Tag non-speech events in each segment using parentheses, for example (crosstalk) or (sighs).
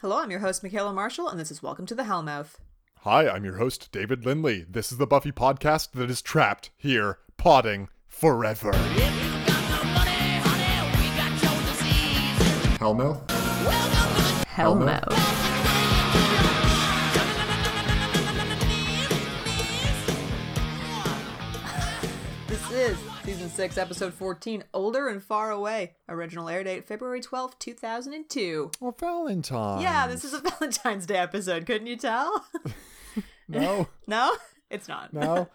Hello, I'm your host, Michaela Marshall, and this is Welcome to the Hellmouth. Hi, I'm your host, David Lindley. This is the Buffy podcast that is trapped here, potting forever. If you got no money, honey, we got your disease. Hellmouth? Welcome to the Hellmouth. This is season 6, episode 14, Older and Far Away. Original air date February twelfth, two 2002. Well, Valentine. Yeah, this is a (laughs) Valentine's Day episode, couldn't you tell? (laughs) No, no? It's not. (laughs) no.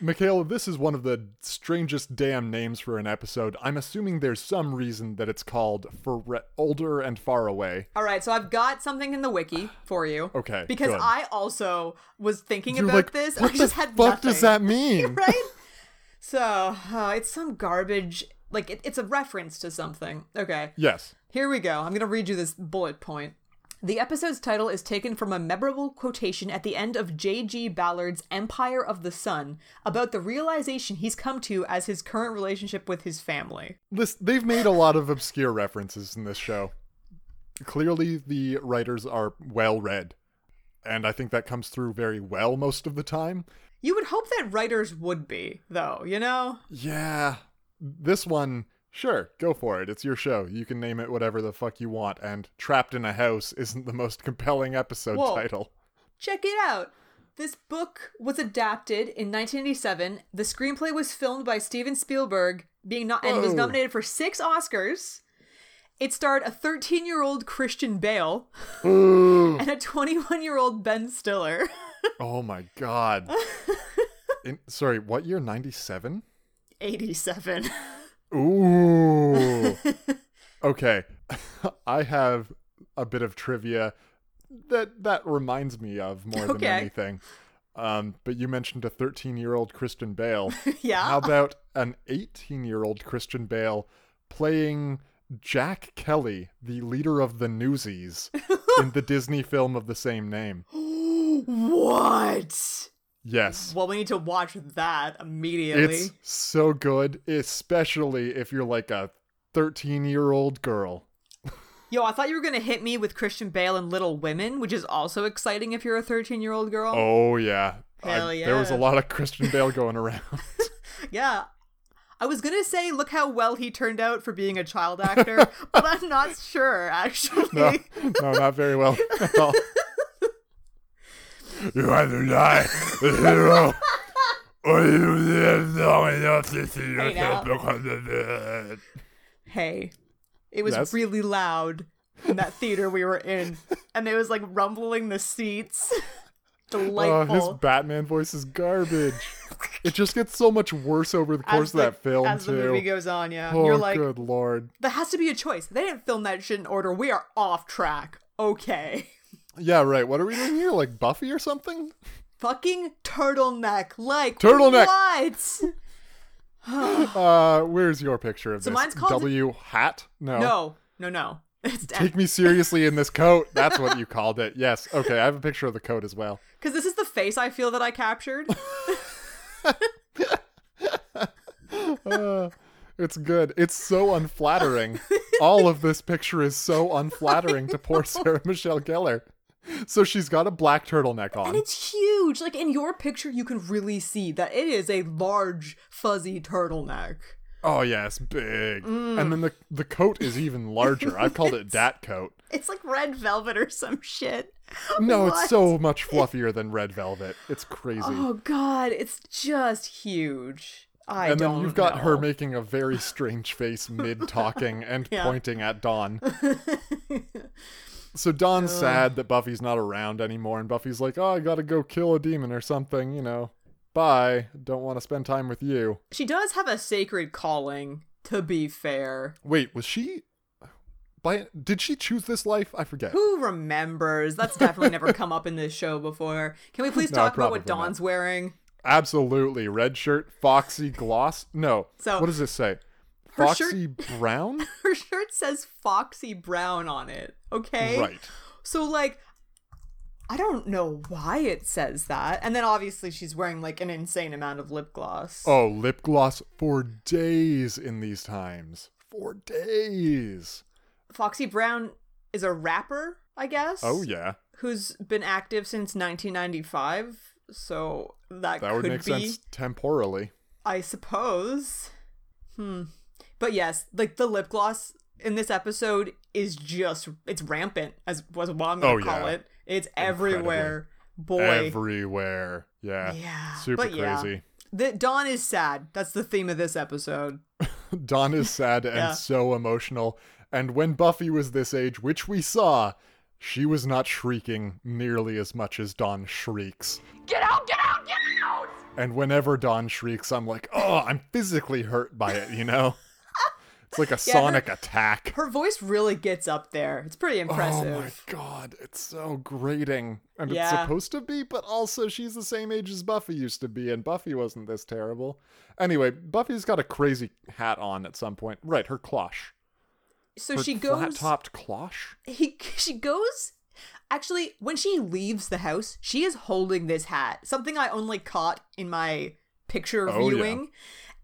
Michaela, this is one of the strangest damn names for an episode. I'm assuming there's some reason that it's called Fore- Older and Far Away. All right, so I've got something in the wiki for you. Okay, Because good. I also was thinking You're about like, this. I what just the had fuck nothing. does that (laughs) mean? right? So, uh, it's some garbage. Like, it, it's a reference to something. Okay. Yes. Here we go. I'm going to read you this bullet point. The episode's title is taken from a memorable quotation at the end of J.G. Ballard's Empire of the Sun about the realization he's come to as his current relationship with his family. This, they've made a lot of obscure references in this show. Clearly, the writers are well read, and I think that comes through very well most of the time. You would hope that writers would be, though, you know? Yeah, this one, sure, go for it. It's your show. You can name it whatever the fuck you want. And "Trapped in a House" isn't the most compelling episode Whoa. title. Check it out! This book was adapted in 1987. The screenplay was filmed by Steven Spielberg, being not and was Whoa. nominated for six Oscars. It starred a 13-year-old Christian Bale. Mm. and a 21 year old Ben Stiller. (laughs) oh my god. In, sorry, what year? Ninety-seven. 87. (laughs) Ooh. okay. (laughs) I have a bit of trivia that that reminds me of more than Okay. anything. Um, but you mentioned a 13-year-old Christian Bale. (laughs) (laughs) yeah. How about an 18-year-old Christian Bale playing Jack Kelly, the leader of (laughs) the Newsies, in the Disney film of the same name? what? Yes. Well, we need to watch that immediately. It's so good, especially if you're like a 13-year-old girl. Yo, I thought you were going to hit me with Christian Bale and Little Women, which is also exciting if you're a 13 year old girl. Oh yeah. Hell There was a yeah. lot of Christian Bale going around. (laughs) Yeah. I was going to say, look how well he turned out for being a (laughs) child actor, but I'm not sure, actually. no, no, not very well. (laughs) at all. you either die a hero or you live long enough to see yourself know. become the villain. Hey, it was That's- really loud in that theater we were in, and it was like rumbling the seats. (laughs) Oh, Delightful. his Batman voice is (laughs) garbage. it just gets so much worse over the course as of that the- film as too. the movie goes on. Yeah, oh, you're like, good lord. that has to be a choice. They didn't film that shit in order. We are off track. Okay, (laughs) Yeah, right. What are we doing here? Like Buffy or something? fucking turtleneck, like Turtleneck! What? Uh, where's your picture of So this? mine's called- W hat? No. No, no, no. It's Oh. Take me seriously in this coat. That's what you called it. Yes. Okay, I have a picture of the coat as well. because this is the face I feel that I (laughs) captured. Uh, it's good. It's so unflattering. All of this picture is so unflattering to poor Sarah Michelle Gellar. So she's got a black turtleneck And on. it's huge. Like in your picture, you can really see that it is a large, fuzzy turtleneck. Oh yeah, it's big. Mm. And then the the coat is even larger. I've (laughs) called it dat coat. It's like red velvet or some shit. No, What? it's so much fluffier than red velvet. It's crazy. Oh god, it's just huge. I and don't. then you've got know. her making a very strange face (laughs) mid talking and Yeah. pointing at (laughs) Dawn. so Dawn's sad that Buffy's not around anymore, and Buffy's like, oh, I gotta go kill a demon or something, you know. Bye. Don't want to spend time with you. She does have a sacred calling, to be fair. Wait, was she. By, did she choose this life? I forget. Who remembers? That's definitely never come up in this show before. Can we please (laughs) No, talk about what probably not. Dawn's wearing? Absolutely. Red shirt, foxy gloss. No. So- what does this say? Her shirt- (laughs) Foxy brown? Her shirt says Foxy Brown on it, okay? Right. So, like, I don't know why it says that. And then obviously she's wearing, like, an insane amount of lip gloss. Oh, lip gloss for days in these times. For days. Foxy Brown is a rapper? I guess. Oh yeah, Who's been active since 1995. So that, that would could make be, sense temporally. I suppose. Hmm. But yes, like the lip gloss in this episode is just it's rampant as was what I'm gonna Oh, call yeah. it. It's everywhere. Boy. Everywhere. Yeah. (laughs) yeah. Super but yeah. crazy. The Dawn is sad. That's the theme of this episode. Dawn is sad and Yeah. so emotional. And when Buffy was this age, which we saw, she was not shrieking nearly as much as Dawn shrieks. Get out, get out, get out! And whenever Dawn shrieks, I'm like, oh, I'm physically hurt by it, (laughs) you know? It's like a sonic attack. Her voice really gets up there. It's pretty Oh my impressive. god, it's so grating. And it's Yeah. supposed to be, but also she's the same age as Buffy used to be, and Buffy wasn't this terrible. Anyway, Buffy's got a crazy hat on at some point. Right, her cloche. so Her she goes flat-topped cloche? he (laughs) she goes actually when she leaves the house she is holding this hat something i only caught in my picture Oh, yeah. viewing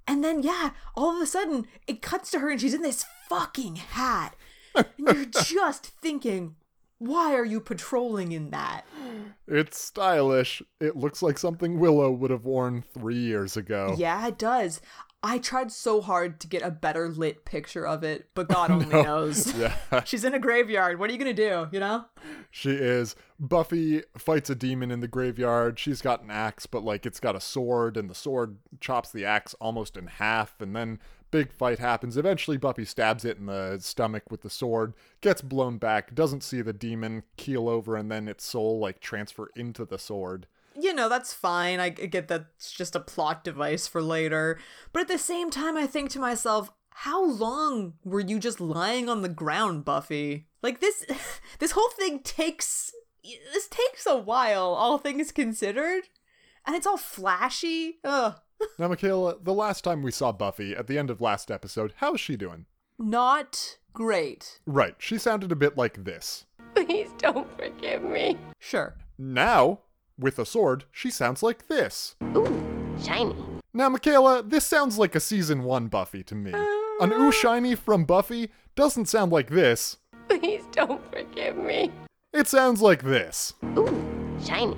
and then yeah all of a sudden it cuts to her and she's in this fucking hat and (laughs) you're just thinking why are you patrolling in that It's stylish. It looks like something Willow would have worn three years ago. (laughs) yeah it does i tried so hard to get a better lit picture of it but god only knows Yeah. (laughs) she's in a graveyard what are you gonna do you know She is. Buffy fights a demon in the graveyard. She's got an axe, but like it's got a sword, and the sword chops the axe almost in half. And then big fight happens. Eventually, Buffy stabs it in the stomach with the sword, gets blown back, doesn't see the demon keel over, and then its soul like transfer into the sword. you know, that's fine. I g- get that it's just a plot device for later. But at the same time, I think to myself, how long were you just lying on the ground, Buffy? Like this, (laughs) this whole thing takes this takes a while, all things considered, and it's all flashy. Ugh, Now, Michaela, the last time we saw Buffy at the end of last episode, how's she doing? not great. Right, she sounded a bit like this. Please don't forgive me. Sure. Now, with a sword, she sounds like this. Ooh, shiny. Now, Michaela, this sounds like a season one Buffy to me. Ah. An ooh shiny from Buffy doesn't sound like this. Please don't forgive me. It sounds like this. Ooh, shiny.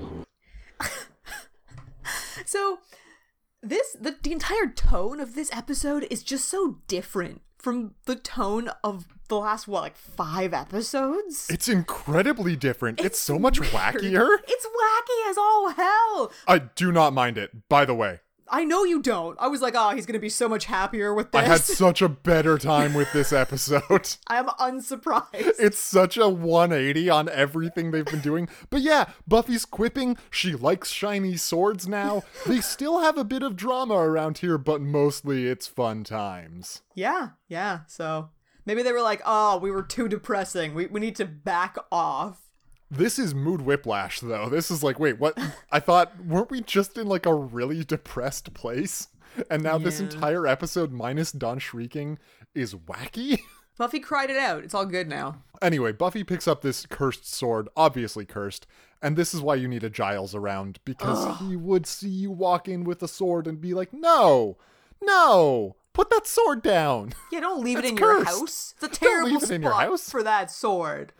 So this the, the entire tone of this episode is just so different from the tone of the last what like five episodes. It's incredibly different. It's, so much weird. wackier. It's wacky as all hell. I do not mind it, by the way. I know you don't. I was like, oh, he's gonna be so much happier with this. I (laughs) had such a better time with this episode. am unsurprised. It's such a 180 on everything they've been doing. But yeah, Buffy's quipping. She likes shiny swords now. They still have a bit of drama around here, but mostly it's fun times. yeah, yeah. So maybe they were like, oh, we were too depressing. We we need to back off. This is mood whiplash, though. This is like, wait, what? I thought, weren't we just in like a really depressed place? And now this Yeah. entire episode, minus Don shrieking, is wacky? (laughs) Buffy cried it out. It's all good now. anyway, Buffy picks up this cursed sword, obviously cursed, and this is why you need a Giles around, because he would see you walk in with a sword and be like, no, no, put that sword down. (laughs) Yeah, don't leave it It's in your cursed. house. It's a Don't terrible leave spot it in your house. for that sword.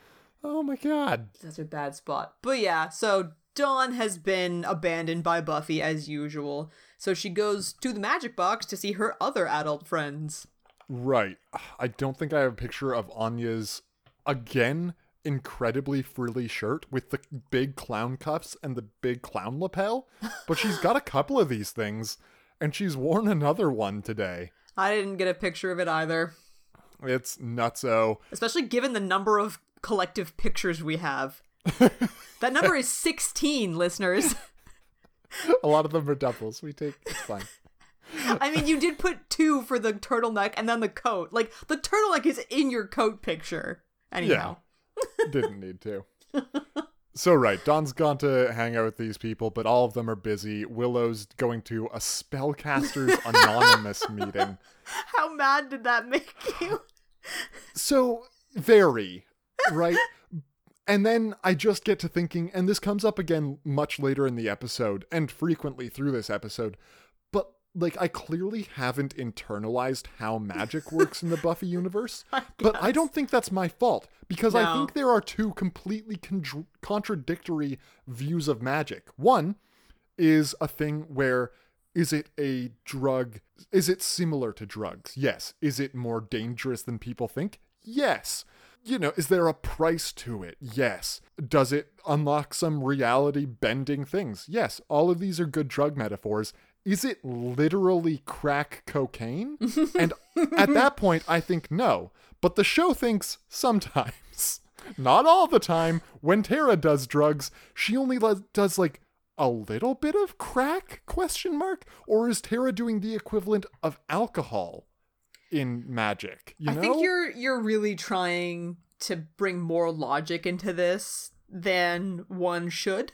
Oh my god. That's a bad spot. But yeah, so Dawn has been abandoned by Buffy as usual. So she goes to the magic box to see her other adult friends. Right. I don't think I have a picture of Anya's again incredibly frilly shirt with the big clown cuffs and the big clown lapel, but she's got a couple of these things and she's worn another one today. I didn't get a picture of it either, It's nutso. especially given the number of collective pictures we have. that number is 16, listeners. A lot of them are doubles. We take it's fine. I mean, you did put two for the turtleneck and then the coat. Like, the turtleneck is in your coat picture. Anyhow. Didn't need to. So right, Don's gone to hang out with these people, but all of them are busy. Willow's going to a spellcasters anonymous meeting. How mad did that make you? so very right and then i just get to thinking and this comes up again much later in the episode and frequently through this episode but like I clearly haven't internalized how magic works in the Buffy universe, but I don't think that's my fault because I No. think there are two completely con- contradictory views of magic. One is a thing where is it a drug? Is it similar to drugs? Yes. Is it more dangerous than people think? Yes. You know, is there a price to it? Yes. Does it unlock some reality bending things? Yes. All of these are good drug metaphors. Is it literally crack cocaine? and at that point, I think no. But the show thinks sometimes. Not all the time. When Tara does drugs, she only le- does like a little bit of crack question mark or is tara doing the equivalent of alcohol in magic you I know think you're you're really trying to bring more logic into this than one should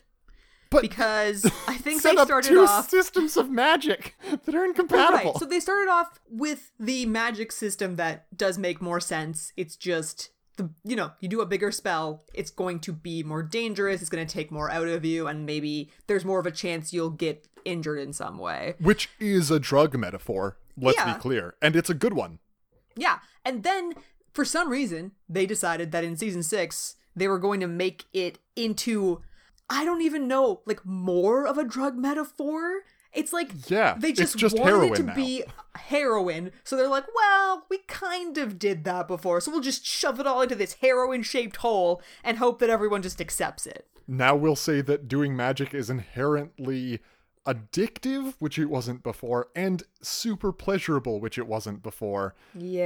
but (laughs) because I think set they up started two off systems of magic (laughs) that are incompatible Right. So they started off with the magic system that does make more sense. It's just the you know, you do a bigger spell, it's going to be more dangerous, it's going to take more out of you and maybe there's more of a chance you'll get injured in some way. which is a drug metaphor let's Yeah. be clear and it's a good one Yeah. And then for some reason, they decided that in season 6, they were going to make it into I don't even know, like more of a drug metaphor. It's like Yeah, they it's just, just wanted heroin it to now. be heroin. So they're like, well, we kind of did that before, so we'll just shove it all into this heroin-shaped hole and hope that everyone just accepts it. now we'll say that doing magic is inherently addictive which it wasn't before and super pleasurable which it wasn't before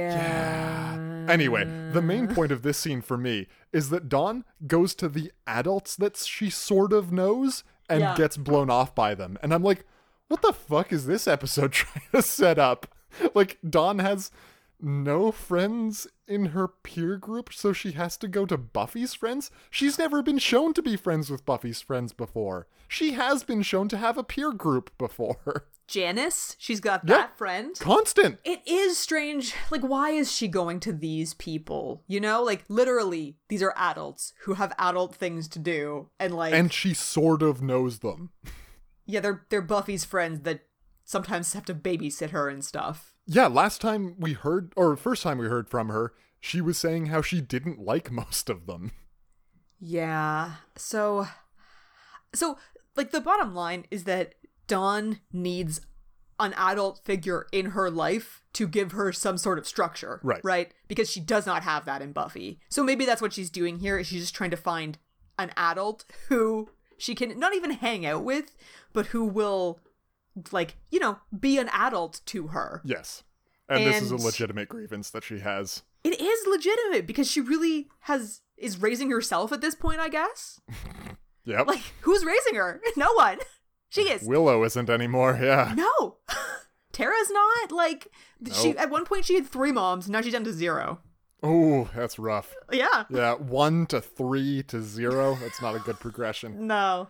Yeah. Anyway, the main point of this scene for me is that Dawn goes to the adults that she sort of knows and Yeah. gets blown off by them. And I'm like, what the fuck is this episode (laughs) trying to set up? Like, Dawn has no friends in her peer group, so she has to go to Buffy's friends? She's never been shown to be friends with Buffy's friends before. She has been shown to have a peer group before. (laughs) Janice, she's got Yeah. that friend. Constant. it is strange. Like, why is she going to these people? You know, like literally, these are adults who have adult things to do, and like, And she sort of knows them. yeah, they're they're Buffy's friends that sometimes have to babysit her and stuff. Yeah, last time we heard, or first time we heard from her, she was saying how she didn't like most of them. (laughs) Yeah. So, so like the bottom line is that Dawn needs an adult figure in her life to give her some sort of structure, Right. Right, because she does not have that in Buffy. So maybe that's what she's doing here. Is she's just trying to find an adult who she can not even hang out with, but who will, like you know, be an adult to her. Yes. And, this is a And- legitimate grievance that she has. It is legitimate because she really has is raising herself at this point, I guess. Yep. Like, who's raising her? (laughs) No one. She is. Willow isn't anymore, (laughs) yeah. no. (laughs) Tara's not. Like, she Nope. at one point she had three moms, now she's down to zero. Oh, that's rough. Yeah. Yeah, one to three to zero. That's not a (laughs) good progression. No.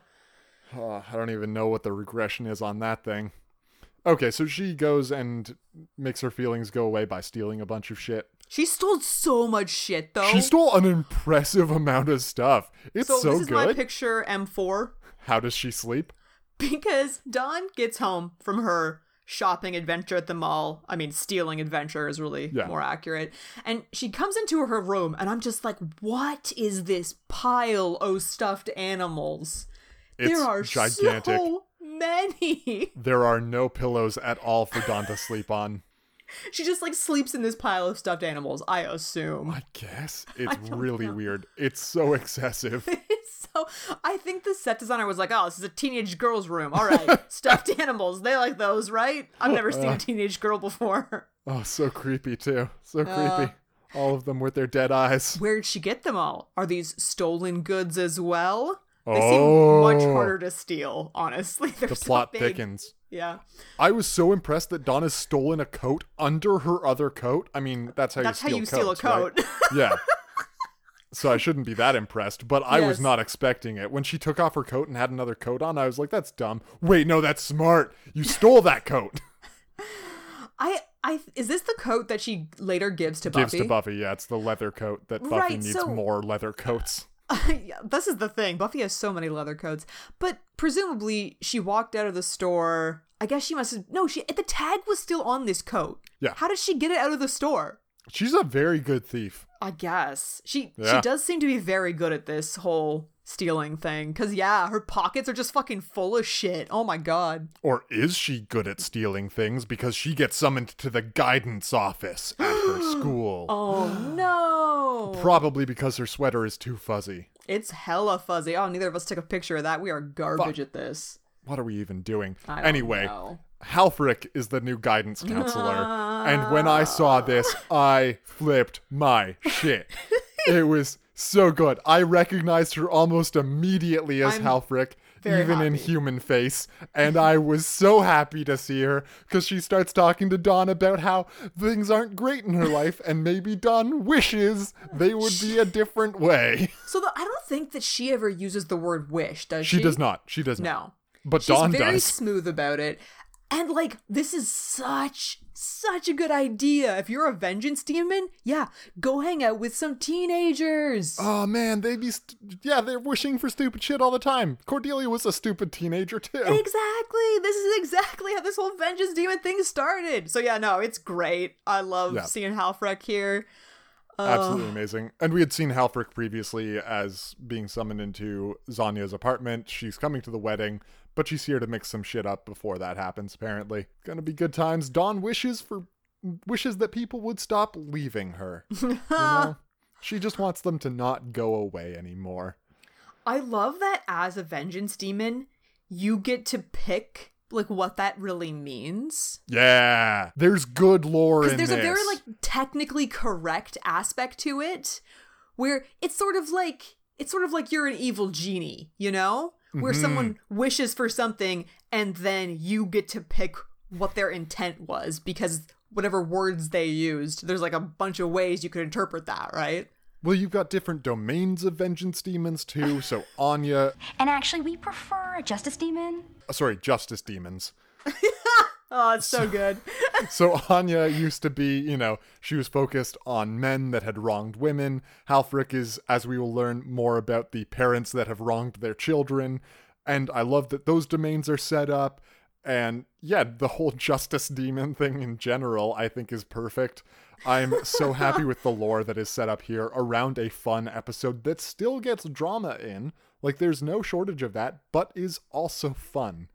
Oh, I don't even know what the regression is on that thing. Okay, so she goes and makes her feelings go away by stealing a bunch of shit. She stole so much shit though. She stole an impressive amount of stuff. It's Oh. so, so, this is my good. picture M4 How does she sleep? (laughs) because Dawn gets home from her shopping adventure at the mall. I mean, stealing adventure is really Yeah. more accurate. And she comes into her room and I'm just like, "What is this pile of stuffed animals?" It's there are gigantic. so many. (laughs) There are no pillows at all for Dawn to sleep on. She just like sleeps in this pile of stuffed animals, I assume. (laughs) I guess it's really weird. It's so (laughs) excessive. (laughs) So I think the set designer was like, "Oh, this is a teenage girl's room. All right, (laughs) stuffed animals. They like those, right? I've never Uh. seen a teenage girl before. (laughs) Oh, so creepy too. So creepy. All of them with their dead eyes. Where'd she get them all? Are these stolen goods as well? They seem much Oh. harder to steal, honestly. (laughs) They're The so plot big. thickens. Yeah, I was so impressed that Dawn has stolen a coat under her other coat. I mean, that's how that's how you steal you steal coats, a coat. (laughs) right? (laughs) yeah. So I shouldn't be that impressed, but I was Yes. not expecting it. When she took off her coat and had another coat on, I was like, that's dumb. Wait, no, that's smart. You stole that coat. I, I, is this the coat that she later gives to gives Buffy? to Buffy. Yeah, it's the leather coat that Buffy Right, needs so- more leather coats. (laughs) yeah, this is the thing. Buffy has so many leather coats, but presumably she walked out of the store. I guess she must have. No, she the tag was still on this coat. Yeah. How did she get it out of the store? She's a very good thief. I guess she she Yeah. does seem to be very good at this whole stealing thing. Cause yeah, her pockets are just fucking full of shit. Oh my god. Or is she good at stealing things because she gets summoned to the guidance office (gasps) at her school? Oh no. Probably because her sweater is too fuzzy. It's hella fuzzy. Oh, neither of us took a picture of that. We are garbage at this. What are we even doing? I don't anyway, know. Halfrick is the (laughs) new guidance counselor. and when I saw this, I flipped my shit. it was so good. I recognized her almost immediately as I'm Halfrick, very even in happy. human face. And I was so happy to see her because she starts talking to Dawn about how things aren't (laughs) great in her life and maybe Dawn wishes they would be a (laughs) different way. So the, I don't think that she ever uses the word wish, does she? She does not. She does not. No. But She's Dawn very does. smooth about it. And like this is such such a good idea. If you're a vengeance demon, yeah, go hang out with some teenagers. Oh man, they be st- yeah, they're wishing for stupid shit all the time. Cordelia was a stupid teenager too. Exactly. This is exactly how this whole vengeance demon thing started. So yeah, no, it's great. I love Yeah. seeing Halfrek here. Absolutely amazing. And we had seen Halfrick previously as being summoned into Zanya's apartment. She's coming to the wedding, but she's here to mix some shit up before that happens. Apparently, gonna be good times. Dawn wishes for wishes that people would stop (laughs) leaving her. you know? She just wants them to not go away anymore. I love that as a vengeance demon, you get to pick like what that really means. Yeah, there's good lore in because there's this. a very like technically correct aspect to it where it's sort of like it's sort of like you're an evil genie you know where Mm-hmm. someone wishes for something and then you get to pick what their intent was because whatever words they used there's like a bunch of ways you could interpret that right Well, you've got different domains of vengeance demons too. So Anya, And actually, we prefer a justice demon. uh, sorry, justice demons. oh it's (laughs) so good So Anya used to be, you know, she was focused on men that had wronged women. Halfrick is, as we will learn more about, the parents that have wronged their children. And I love that those domains are set up. And yeah, the whole (laughs) justice demon thing in general, I think, is perfect. I'm so happy with the lore that is set up here around a fun episode that still gets drama in. Like, there's no shortage of that, but is also fun.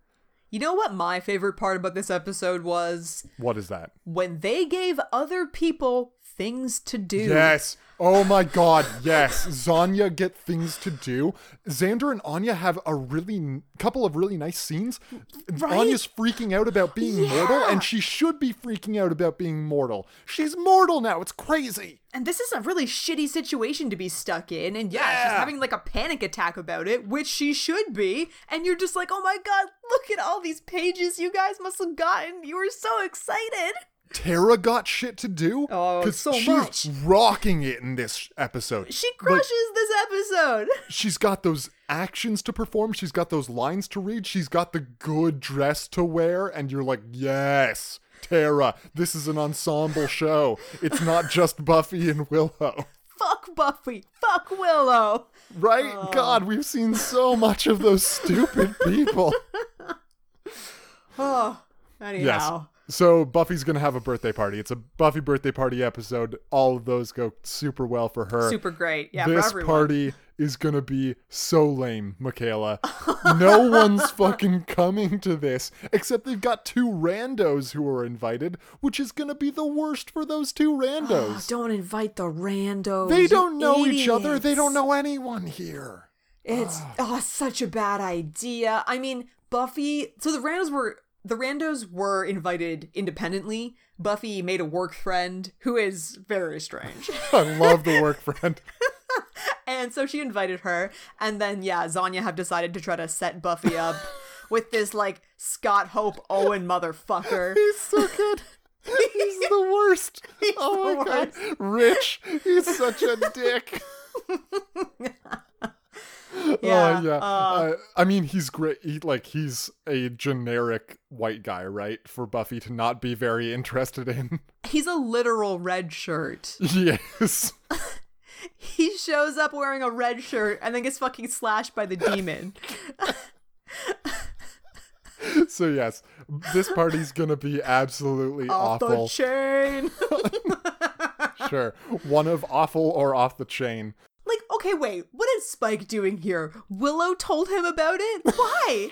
you know what my favorite part about this episode was What is that? when they gave other people things to do Yes. Oh my god, yes. Zanya get things to do. Xander and Anya have a really n- couple of really nice scenes. Right? Anya's freaking out about being mortal and she should be freaking out about being mortal. She's mortal now. It's crazy. And this is a really shitty situation to be stuck in. And yeah, she's Yeah. having like a panic attack about it, which she should be. And you're just like, oh my god, look at all these pages you guys must have gotten. You were so excited. Tara got shit to do. Oh, 'cause so she's much. rocking it in this episode. She Like, crushes this episode. (laughs) she's got those actions to perform. She's got those lines to read. She's got the good dress to wear. And you're like, yes, Tara, this is an ensemble show. It's not just Buffy and Willow. (laughs) Fuck Buffy. Fuck Willow. Right? God, we've seen so much of those stupid people. Oh, anyhow. So Buffy's going to have a birthday party. It's a Buffy birthday party episode. All of those go super well for her. Super great. Yeah, this for everyone. party is gonna be so lame, Michaela. (laughs) no one's fucking coming to this, except they've got two randos who are invited, which is gonna be the worst for those (gasps) two Oh, randos. don't invite the randos. they you don't know each other, they idiots. don't know anyone here. It's Ah. oh, it's such a bad idea. I mean, Buffy. So the randos were the randos were invited independently. Buffy made a work friend who is very (laughs) strange, I love the (laughs) work friend. and so she invited her. And then yeah, Zanya have decided to try to set Buffy (laughs) up with this like Scott Hope Owen motherfucker. (laughs) He's so good. He's the worst. oh the my god. Rich. He's such a dick. Yeah, oh yeah. Uh, I mean, he's great. He, like he's a generic white guy, right? For Buffy to not be very interested in. (laughs) He's a literal red shirt. yes. (laughs) He shows up wearing a red shirt and then gets fucking slashed by the demon. So yes, this party's gonna be absolutely Off (laughs) awful. the chain. sure, one of awful or off the chain. like, okay, wait, what is Spike doing here? Willow told him about it? (laughs) Why?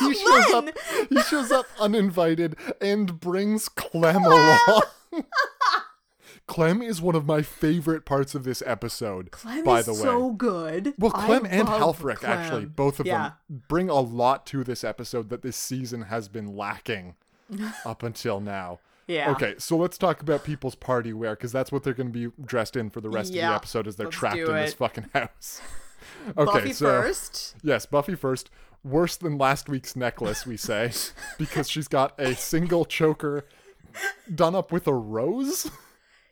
He shows When? up. He (laughs) shows up uninvited and brings (laughs) Clem along. Clem is one of my favorite parts of this episode. Clem by is the way, so good. Well, I Clem and love Halfrick, Clem. actually, both of yeah. them bring a lot to this episode that this season has (laughs) been lacking up until now. Yeah. Okay, so let's talk about people's party wear because that's what they're going to be dressed in for the rest of Yeah, the episode as they're let's trapped do in this it. fucking (laughs) house. Okay, Buffy so first. yes, Buffy first. Worse than last week's necklace, (laughs) we say, because she's got a single choker done up with a rose.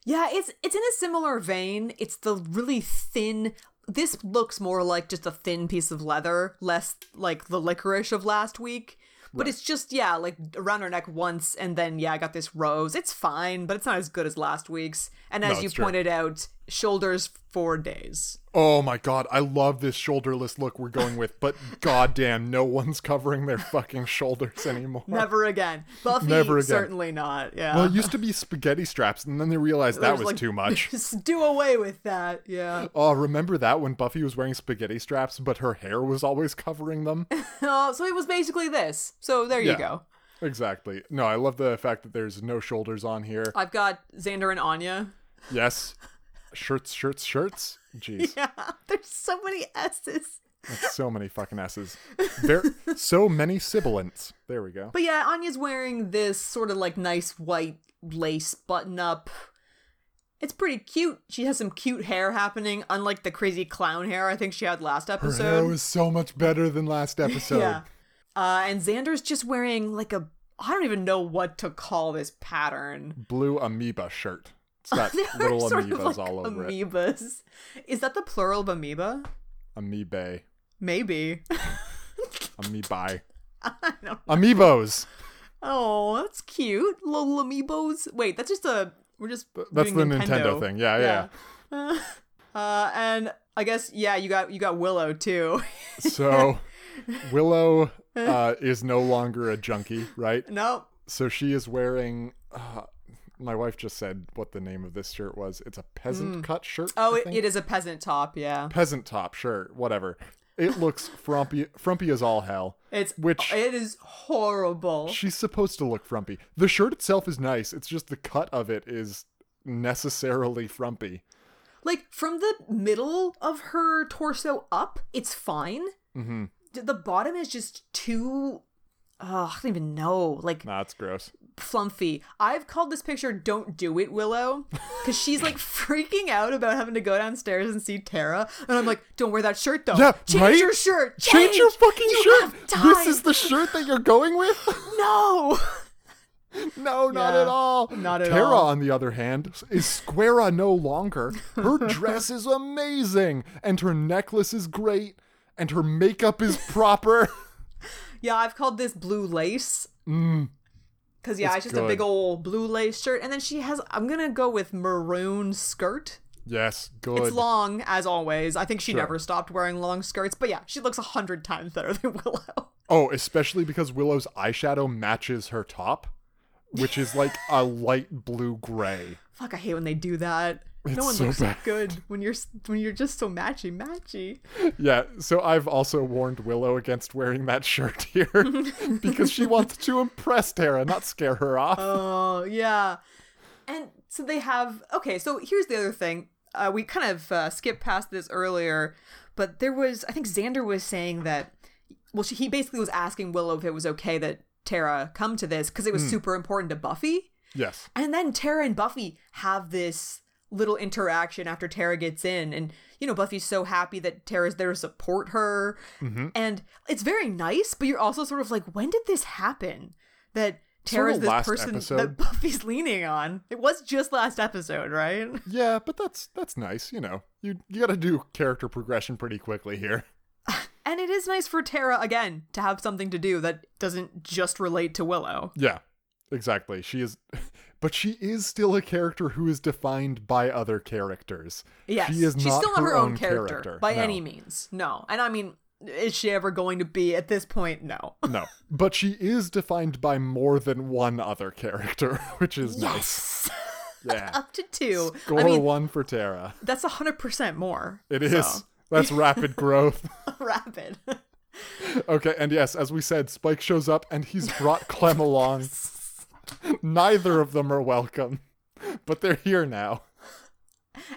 Yeah, it's it's in a similar vein. It's the really thin. This looks more like just a thin piece of leather, less like the licorice of last week. But it's just yeah, like around her neck once, and then yeah, I got this rose. It's fine, but it's not as good as last week's. And as No, you it's true. pointed out, shoulders four days. Oh my god, I love this shoulderless look we're going with, (laughs) but goddamn, no one's covering their fucking shoulders anymore. (laughs) Never again, Buffy. Never again. Certainly not. Yeah. Well, it used to be spaghetti straps, and then they realized that There's, was like, (laughs) too much. Just do away with that. Yeah. Oh, remember that when Buffy was wearing spaghetti straps, but her hair was always covering (laughs) them? Uh, so it was basically this. So there Yeah. you go. exactly. No, I love the fact that there's no shoulders on here. I've got Xander and Anya. (laughs) Yes. Shirts, shirts, shirts. Jeez. (laughs) Yeah, there's so many S's. So many fucking S's. There so many sibilants. There we go. But yeah, Anya's wearing this sort of like nice white lace button up. It's pretty cute. She has some cute hair happening, unlike the crazy clown hair I think she had last Her episode. hair was so much better than last (laughs) episode. yeah. Uh, and Xander's just wearing like a I don't even know what to call this pattern. Blue amoeba shirt. (laughs) It's got There are little sort of, amoebas like, all over it. amoebas. Is that the plural of amoeba? Amoebae. Maybe. (laughs) Amoebae. (laughs) Amiibos. Oh, that's cute. Little amiibos. Wait, that's just a we're just That's the doing Nintendo, thing. Yeah, yeah. Yeah. (laughs) Uh, and I guess yeah, you got you got Willow too. (laughs) So Willow uh, is no longer a junkie, right? nope. So she is wearing. Uh, my wife just said what the name of this shirt was. It's a peasant cut shirt. Oh, I it, think? it is a peasant top. Yeah, peasant top shirt. Whatever. (laughs) It looks frumpy, frumpy as all hell. it's oh, Which- it is horrible. She's supposed to look frumpy. The shirt itself is nice. It's just the cut of it is necessarily frumpy. Like from the middle of her torso up, it's fine. Mm-hmm. The bottom is just too. Oh, I don't even know. Like Nah, it's gross. flumpy. I've called this picture "Don't Do It, Willow," because she's (laughs) like freaking out about having to go downstairs and see Tara, and I'm like, "Don't wear that shirt, though. Yeah, change right? your shirt. Change, your fucking You shirt. have time. This is the shirt that you're going with. (laughs) no." (laughs) No, not Yeah, at all. not at Tara, all. on the other hand, is Squara no longer. (laughs) Her dress is amazing, and her necklace is great, and her makeup is proper. Yeah, I've called this blue lace. Cause yeah, it's, just a Mm. good. big old blue lace shirt, and then she has. I'm gonna go with maroon skirt. (laughs) yes, good. It's long as always. I think she never stopped wearing long skirts, but yeah, she looks a hundred times better than (laughs) Willow. Oh, especially because Willow's eyeshadow matches her top, which is like a light blue gray. Fuck, I hate when they do that. no one so looks bad. good when you're s- when you're just so matchy matchy. Yeah, so I've also warned Willow against wearing that (laughs) shirt (laughs) here because she wants to impress Tara, not scare her off. Oh yeah, and so they have. Okay, so here's the other thing. Uh, we kind of uh, skipped past this earlier, but there was I think Xander was saying that. Well, she, he basically was asking Willow if it was okay that Tara come to this because it Hmm. was super important to Buffy. yes. And then Tara and Buffy have this little interaction after Tara gets in. And, you know, Buffy's so happy that Tara's there to support her. Mm-hmm. And it's very nice, but you're also sort of like, when did this happen? That Sort Tara's of this last person that episode. Buffy's (laughs) leaning on. It was just last episode, right? Yeah, but that's that's nice, you know. You you got to do character progression pretty quickly here. And it is nice for Tara, again, to have something to do that doesn't just relate to Willow. Yeah. Exactly. She is (laughs) but she is still a character who is defined by other characters. Yes, She is she's not still not her, own character, by No. any means. No, and I mean Is she ever going to be at this point? No. No. But she is defined by more than one other character, (laughs) which is Yes. nice. Yeah. (laughs) Up to two. Score I mean, one for Tara. that's a hundred percent more. It is. That's rapid growth. (laughs) (laughs) Rapid. Okay, and yes, as we said, Spike shows up and he's brought Clem (laughs) along. Neither of them are welcome, but they're here now.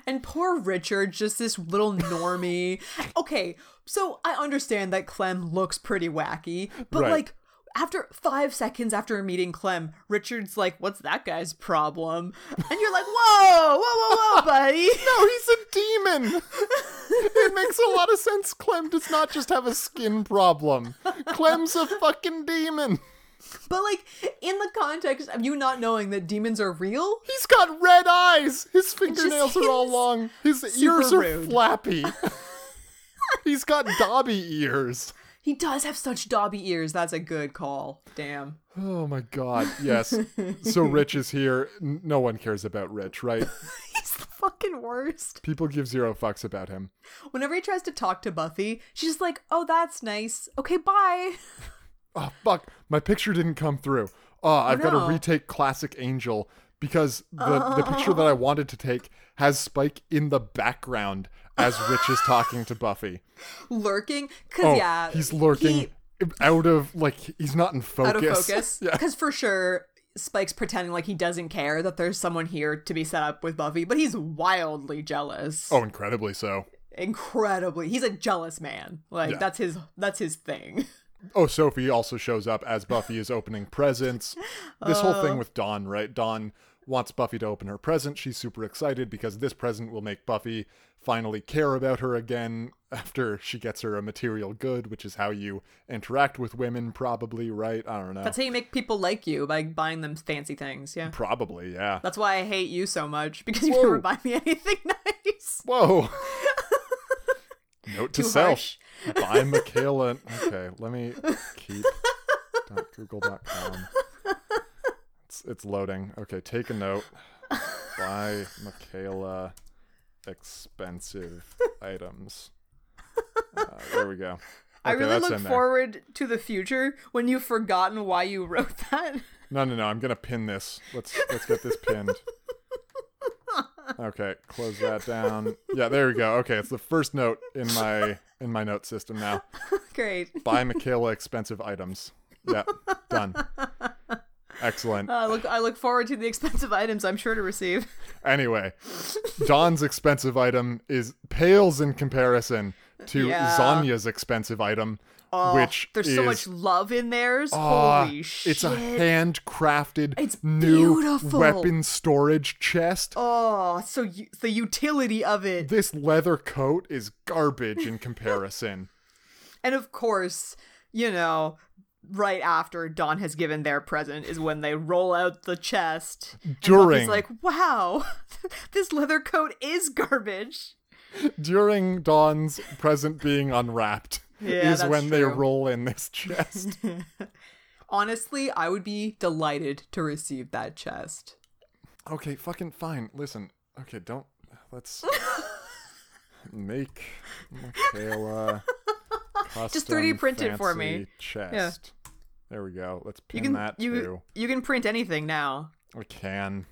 And poor Richard, just this little normie. okay, so I understand that Clem looks pretty wacky, but Right. like after five seconds after meeting Clem, Richard's like, "What's that guy's problem?" And you're like, "Whoa, whoa, whoa, whoa, buddy!" (laughs) No, he's a demon. it makes a lot of sense. Clem does not just have a skin problem. Clem's a fucking demon. But like in the context of you not knowing that demons are real, He's got red eyes. His fingernails are all seems long. His super ears are rude. flappy. (laughs) he's got Dobby ears. he does have such Dobby ears. That's a good call. Damn. Oh my god. (laughs) Yes. So Rich is here. N- No one cares about Rich, right? He's the fucking worst. People give zero fucks about him. Whenever he tries to talk to Buffy, she's just like, "Oh, that's nice. Okay, bye." (laughs) Oh fuck, my picture didn't come through. Oh, I've got no. to retake classic angel because the the picture (laughs) that I wanted to take has Spike in the background as Rich is talking to (laughs) Buffy. lurking because Oh, yeah he's lurking he- out of like he's not in focus. out of focus (laughs) yeah. because for sure spike's pretending like he doesn't care that there's someone here to be set up with buffy but he's wildly jealous Oh, incredibly so. incredibly he's a jealous man like Yeah. that's his that's his thing (laughs) Oh, Sophie also shows up as Buffy is opening presents. This whole Oh. thing with Dawn, right? Dawn wants Buffy to open her present. She's super excited because this present will make Buffy finally care about her again after she gets her a material good, which is how you interact with women, probably, right? I don't know. that's how you make people like you by buying them fancy things yeah probably, yeah. that's why i hate you so much because you Whoa. never buy me (laughs) anything nice (laughs) Whoa. Note to Too self. harsh. Buy Michaela. Okay, let me keep. dot Google.com. It's, it's loading. Okay, take a note. Buy Michaela expensive items. Uh, there we go. i Okay, really that's look in there. forward to the future when you've forgotten why you wrote (laughs) that No, no, no. I'm gonna pin this. Let's let's get this pinned. Okay, close that down. Yeah, there we go. Okay, it's the first note in my in my note system now. great buy Michaela expensive items. Yeah, done. Excellent. Uh, I look, I look forward to the expensive items I'm sure to receive. (laughs) Anyway, Dawn's expensive item is pales in comparison to Yeah. Oh, Zanya's expensive item, which There's is, so much love in theirs. uh, Holy shit. It's a handcrafted It's new beautiful. weapon storage chest. oh, so you, the utility of it. This leather coat is garbage in comparison. (laughs) and of course, you know, right after Dawn has given their present is when they roll out the chest. During It's like, wow, (laughs) this leather coat is garbage. during Dawn's present being unwrapped Yeah, is that's when they true. roll in this chest. Honestly, I would be delighted to receive that chest. Okay, fucking fine. Listen. Okay, don't. (laughs) Let's make Michaela. (laughs) Just 3D custom print it for fancy me. Chest. There we go. Let's You pin can that you too. you can print anything now. (laughs) I can.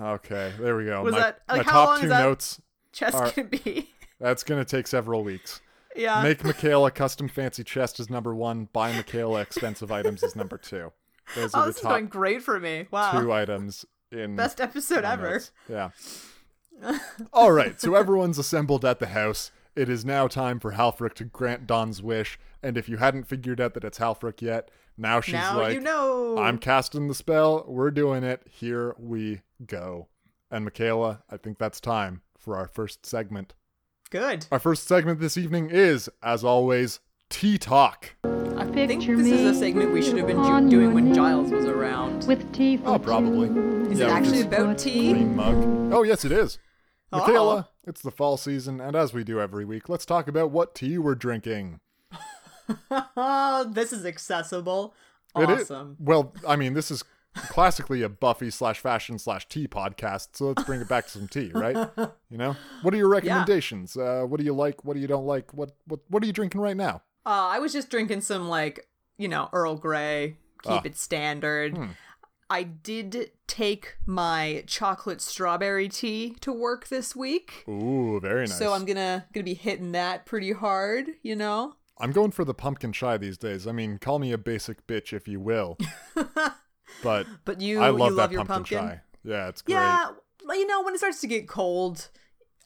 Okay, there we go. Was my that- like, how my top long two is that- notes. Chest Alright. can be. (laughs) That's gonna take several weeks. Yeah. Make Michaela custom fancy chest is number one. Buy Michaela expensive items is number two. Those oh, are the this is going top great for me. Wow. two items in Best episode Yeah, ever. that's- Yeah. (laughs) All right, so everyone's assembled at the house. It is now time for Halfrick to grant Don's wish, and if you hadn't figured out that it's Halfrick yet, now she's Now like, you know. "I'm casting the spell. We're doing it. Here we go." And Michaela, I think that's time for our first segment. Good. Our first segment this evening is, as always, tea talk. I I think picture this me is a segment we should have been on ju- doing your when knee Giles was around. with tea for Oh, probably. two. Is Yeah, it we actually just- about tea? Green mug. Oh, yes, it is. Michaela, Oh. it's the fall season, and as we do every week, let's talk about what tea we're drinking. (laughs) Oh, this is accessible. It is- Awesome. well, I mean, this is classically a Buffy slash fashion slash tea podcast, so let's bring it back to some tea, right? You know, what are (laughs) your recommendations? Uh, what do you like? What do you don't like? What what what are you drinking right now? Uh, I was just drinking some like you know Earl Grey. Ah. Keep it standard. Hmm. I did take my chocolate strawberry tea to work this week, Ooh, very nice. so I'm gonna gonna be hitting that pretty hard. You know, I'm going for the pumpkin chai these days. I mean, call me a basic bitch if (laughs) you will, but but you I you love love that your pumpkin, chai. Yeah, it's great. Yeah, well, you know when it starts to get cold,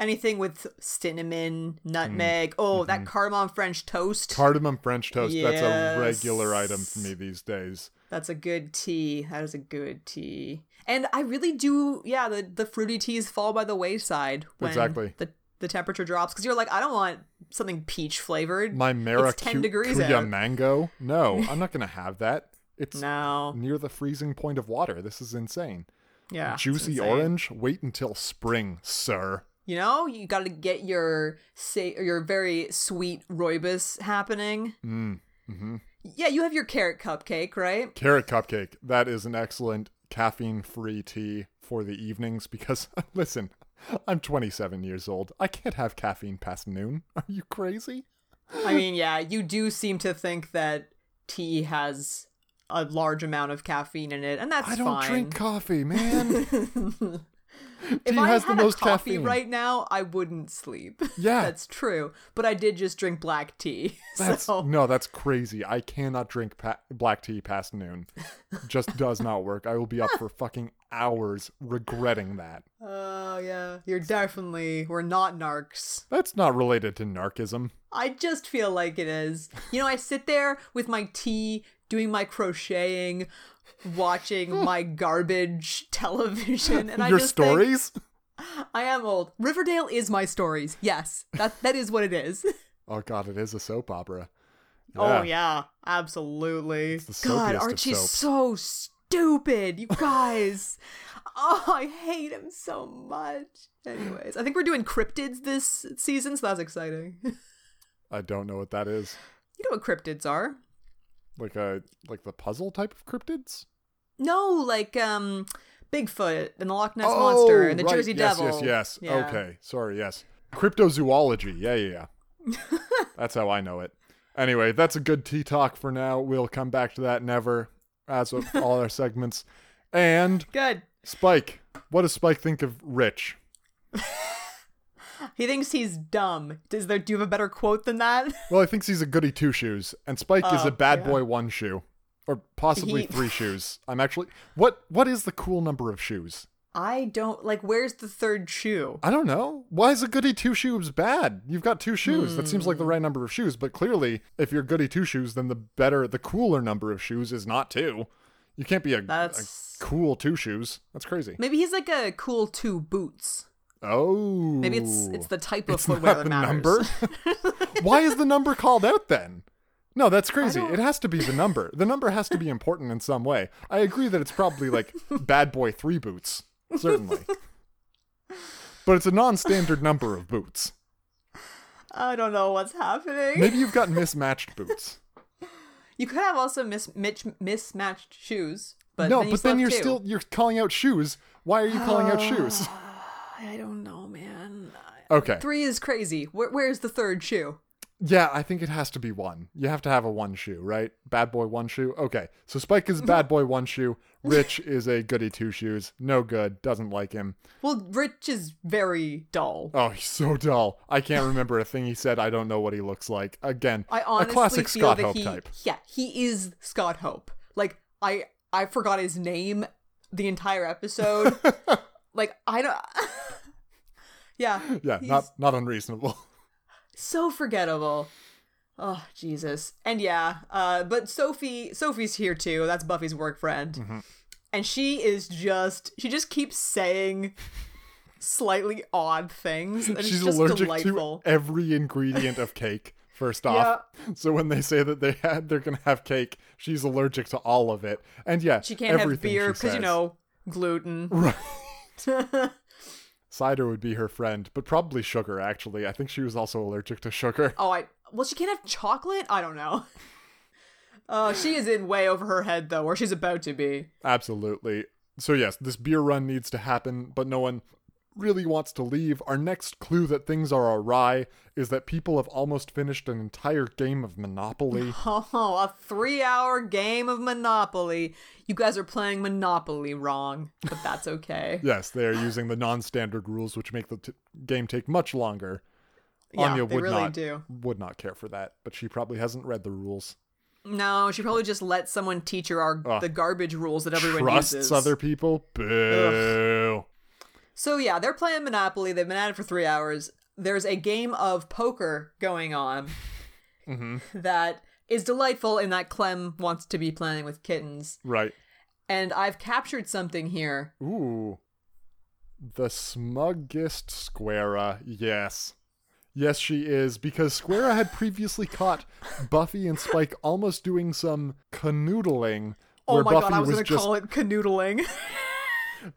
anything with cinnamon, Mm-hmm. nutmeg. Oh, that cardamom French toast. Cardamom French toast. That's a regular Yes. item for me these days. That's a good tea. That is a good tea. And I really do, yeah, the, the fruity teas fall by the wayside when Exactly. the, the temperature drops because you're like, I don't want something peach flavored. My It's 10 degrees maracuya out. mango. (laughs) No, I'm not gonna have that. It's No. near the freezing point of water. This is insane. Yeah. it's Juicy insane. orange. Wait until spring, sir. You know, you got to get your say your very sweet rooibos happening. Mm. Mm-hmm. Yeah, you have your carrot cupcake, right? Carrot cupcake. That is an excellent caffeine-free tea for the evenings because (laughs) listen, I'm 27 years old. I can't have caffeine past noon. Are you crazy? I (gasps) mean, yeah, you do seem to think that tea has a large amount of caffeine in it, and that's I don't fine. drink coffee, (laughs) man. if Tea I has the had most a coffee caffeine. right now, I wouldn't sleep. Yeah. that's true. But I did just drink black tea. (laughs) That's so no, that's crazy. I cannot drink pa- black tea past noon. (laughs) Just does not work. I will be up for fucking hours regretting that. oh yeah, you're definitely we're not narcs. That's not related to narcissism. I just feel like it is. You know, I sit there with my tea, doing my crocheting, (laughs) watching my garbage television, and I Your just think, stories? I am old. Riverdale is my stories. Yes, that that is what it (laughs) is. Oh god, it is a soap opera. Oh yeah, absolutely. the God, soapiest of Archie's soaps. so stupid, you guys. (laughs) oh, I hate him so much. Anyways, I think we're doing cryptids this season, so that's exciting. (laughs) you I don't know what that is. know what cryptids are? Like a like the puzzle type of cryptids? No, like um Bigfoot and the Loch Ness Monster and the Oh, right. Jersey yes, Devil. Yes, yes, Yeah. Okay. Sorry, yes. Cryptozoology. Yeah, yeah, (laughs) yeah. that's how I know it. Anyway, that's a good tea talk for now. We'll come back to that never, as with all our (laughs) segments. And Good. Spike. What does Spike think of Rich? He thinks he's dumb. Does there do you have a better quote than that? (laughs) Well, he thinks he's a goody two shoes, and Spike is a bad boy one shoe, or possibly Oh, He- three shoes. I'm actually what what is the cool number of shoes? I don't like where's the third shoe? I don't know. Why is a goody two shoes bad? You've got two shoes. That seems Hmm. like the right number of shoes, but clearly, if you're goody two shoes, then the better, the cooler number of shoes is not two. You can't be a, a That's- cool two shoes. That's crazy. Maybe he's like a cool two boots. Oh, Maybe it's it's the (laughs) type of It's footwear not that the matters. number. Why is the number called out then? No, that's crazy. don't- It has to be the number. The number has to be important in some way. I agree that it's probably (laughs) like bad boy three boots, certainly. but it's a non standard number of boots. (laughs) I don't know what's happening. Maybe you've got mismatched boots. You could have also mis- mitch- mismatched shoes, but no, then you but then have you're two. still you're calling out shoes. Why are you calling (sighs) out shoes? (sighs) I don't know, man. Okay. Three is crazy. Where, where's the third shoe? Yeah, I think it has to be one. You have to have a one shoe, right? Bad boy one shoe. Okay, so Spike (laughs) is bad boy one shoe. Rich is a goody two shoes. No good. Doesn't like him. Well, Rich is very dull. Oh, he's so dull. I can't remember a thing he said. I don't know what he looks like. Again, I honestly a classic feel Scott that Hope he, type. yeah, he is Scott Hope. Like I, I forgot his name the entire (laughs) episode. like I don't. (laughs) yeah. Yeah, he's- not not unreasonable. (laughs) so forgettable. Oh Jesus! And yeah, uh, but Sophie, Sophie's here too. That's Buffy's work friend, Mm-hmm. and she is just she just keeps saying slightly odd things. And She's it's just allergic delightful. to every ingredient of cake. First off, so when they say that they had, they're gonna have cake, she's allergic to all of it. And yeah, she can't have everything she beer because you says. know gluten. Cider would be her friend, but probably sugar, actually. I think she was also allergic to sugar. (laughs) Oh, I well, she can't have chocolate. I don't know. (laughs) Oh, she is in way over her head though, or she's about to be. Absolutely. So, yes, this beer run needs to happen, but no one really wants to leave. Our next clue that things are awry is that people have almost finished an entire game (sighs) of Monopoly. Oh, a three-hour game of Monopoly. You guys are playing Monopoly wrong, but that's (laughs) okay. yes, they are using the non standard rules, which make the t- game take much longer. Yeah, Anya they would really not do. would not care for that, but she probably hasn't read the rules. No, she probably just let someone teach her our, the garbage rules that everyone Trusts uses. other people. Boo. So yeah, they're playing Monopoly. They've been at it for three hours. There's a game of poker going on Mm-hmm. (laughs) that is delightful in that Clem wants to be playing with kittens. Right. And I've captured something here. Ooh. The smuggest Squara. Yes. Yes, she is, because Squara had previously caught Buffy and Spike almost doing some canoodling. Oh where my Buffy god, I was, was gonna just call it canoodling. (laughs)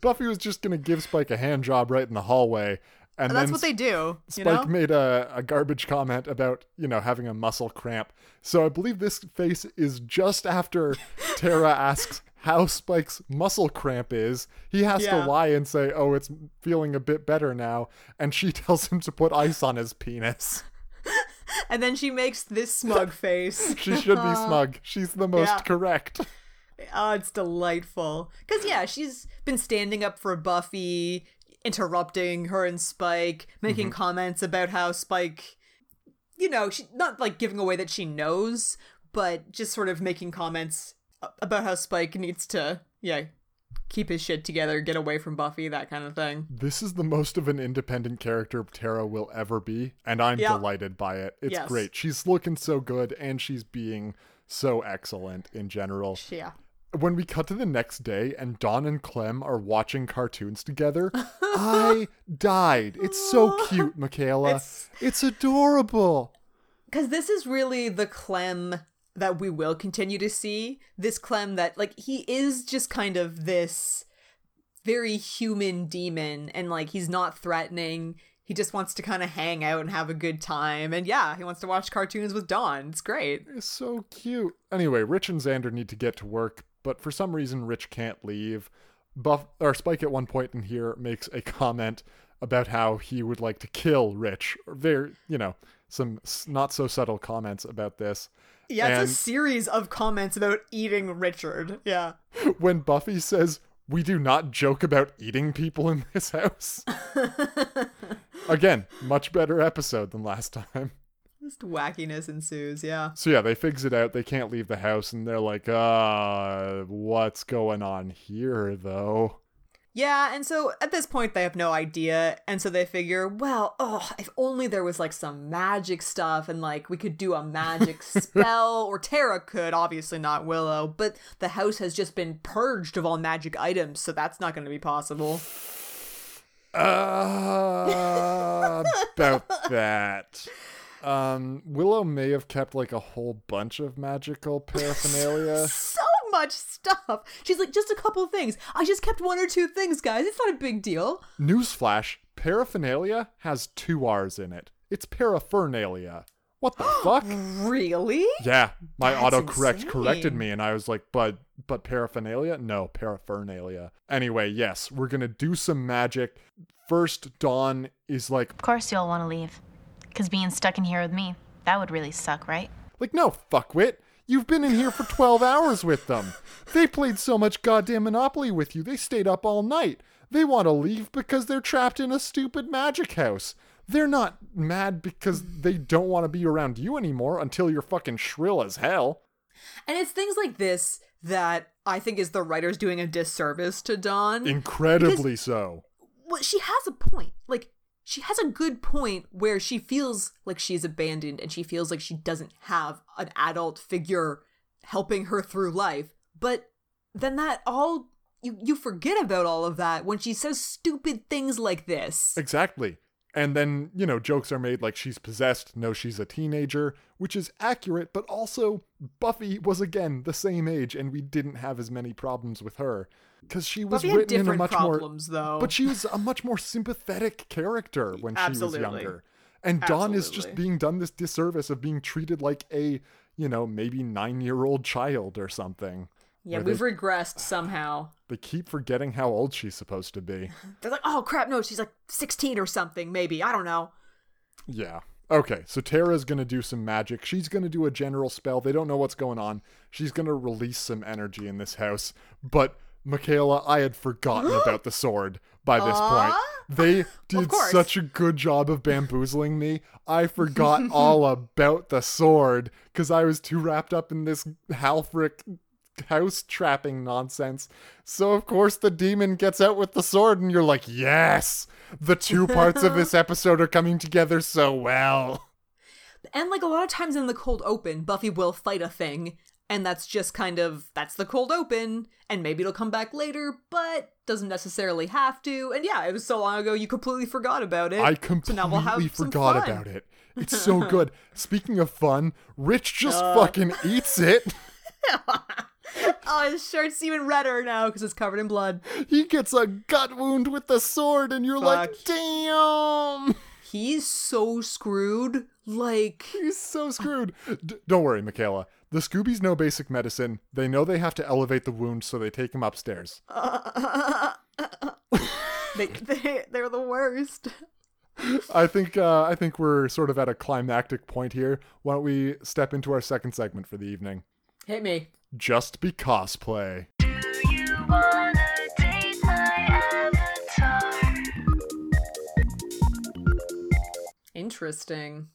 Buffy was just gonna give Spike a hand job right in the hallway, and That's then what they do. You know? Spike made a, a garbage comment about you know having a muscle cramp. So I believe this face is (laughs) just after Tara asks how Spike's muscle cramp is. He has Yeah. to lie and say, "Oh, it's feeling a bit better now," and she (laughs) tells him to put ice on his penis. and then she makes this (laughs) smug face. She should (laughs) be smug. She's the most Yeah. correct. Oh, it's delightful. Because, yeah, she's been standing up for Buffy, interrupting her and Spike, making Mm-hmm. comments about how Spike, you know, she, not like giving away that she knows, but just sort of making comments a- about how Spike needs to, yeah, keep his shit together, get away from Buffy, that kind of thing. This is the most of an independent character Tara will ever be, and I'm Yeah. delighted by it. It's Yes. great. She's looking so good, and she's being so excellent in general. Yeah. When we cut to the next day, and Don and Clem are watching cartoons together, I died. It's so cute, Michaela. It's, It's- adorable. Because this is really the Clem that we will continue to see. This Clem that, like, he is just kind of this very human demon, and, like, he's not threatening. He just wants to kind of hang out and have a good time. And yeah, he wants to watch cartoons with Dawn. It's great. It's so cute. Anyway, Rich and Xander need to get to work, but for some reason, Rich can't leave. Buff or Spike at one point in here makes a comment about how he would like to kill Rich. Or Very, you know, some s- not so subtle comments about this. Yeah, it's And- a series of comments about eating Richard. Yeah. when Buffy says, "We do not joke about eating people in this house." Again, much better episode than last time. Just wackiness ensues. Yeah. So yeah, they figs it out. They can't leave the house, and they're like, "Uh, what's going on here, though?" Yeah, and so at this point they have no idea, and so they figure, well, oh, if only there was like some magic stuff and like we could do a magic spell, or Tara could, obviously not Willow, but the house has just been purged of all magic items, so that's not going to be possible. Uh, about that. Um, Willow may have kept like a whole bunch of magical paraphernalia. So much stuff. She's like, just a couple things. I just kept one or two things, guys. It's not a big deal. Newsflash, paraphernalia has two R's in it. It's paraphernalia. What (gasps) the fuck? Really? Yeah, my That's autocorrect corrected insane. me and I was like, but but paraphernalia? No, paraphernalia. Anyway, yes, we're gonna do some magic. First Dawn is like, Of course you'll want to leave. Because being stuck in here with me, that would really suck, right? like, no, fuckwit. You've been in here for twelve hours with them. They played so much goddamn Monopoly with you, they stayed up all night. They want to leave because they're trapped in a stupid magic house. They're not mad because they don't want to be around you anymore until you're fucking shrill as hell. And it's things like this that I think is the writers doing a disservice to Dawn. Incredibly so. well, she has a point. Like, she has a good point where she feels like she's abandoned and she feels like she doesn't have an adult figure helping her through life. But then that all you you forget about all of that when she says stupid things like this. Exactly. And then, you know, jokes are made like she's possessed, no, she's a teenager, which is accurate, but also Buffy was again the same age and we didn't have as many problems with her because she was Buffy had written in a different much problems more though. But she was a much more sympathetic (laughs) character when she was Absolutely. younger. And Dawn is just Absolutely. being done this disservice of being treated like a, you know, maybe nine year old child or something. Yeah, Where we've they, regressed somehow. they keep forgetting how old she's supposed to be. They're like, oh crap, no, she's like 16 or something, maybe. I don't know. Yeah. Okay, so Tara's gonna do some magic. She's gonna do a general spell. They don't know what's going on. She's gonna release some energy in this house. But Michaela, I had forgotten about the sword by this point. (laughs) They did course. such a good job of bamboozling me. (laughs) I forgot all about the sword because I was too wrapped up in this Halfric house trapping nonsense. So of course the demon gets out with the sword and you're like, "Yes, (laughs) the two parts of this episode are coming together so well." And like a lot of times in the cold open, Buffy will fight a thing, and that's just kind of that's the cold open, and maybe it'll come back later, but doesn't necessarily have to. And yeah, it was so long ago you completely forgot about it. I so completely now we'll have some forgot fun. about it. It's so good. Speaking of fun, Rich just Uh. fucking (laughs) eats it. (laughs) Oh, his shirt's even redder now because it's covered in blood. He gets a gut wound with the sword, and you're like, Fuck. damn. He's so screwed. Like (laughs) He's so screwed. D- don't worry, Michaela. The Scoobies know basic medicine. They know they have to elevate the wound, so they take him upstairs. (laughs) they, they they're the worst. I think uh, I think we're sort of at a climactic point here. Why don't we step into our second segment for the evening? Hit me. Just be cosplay. Interesting.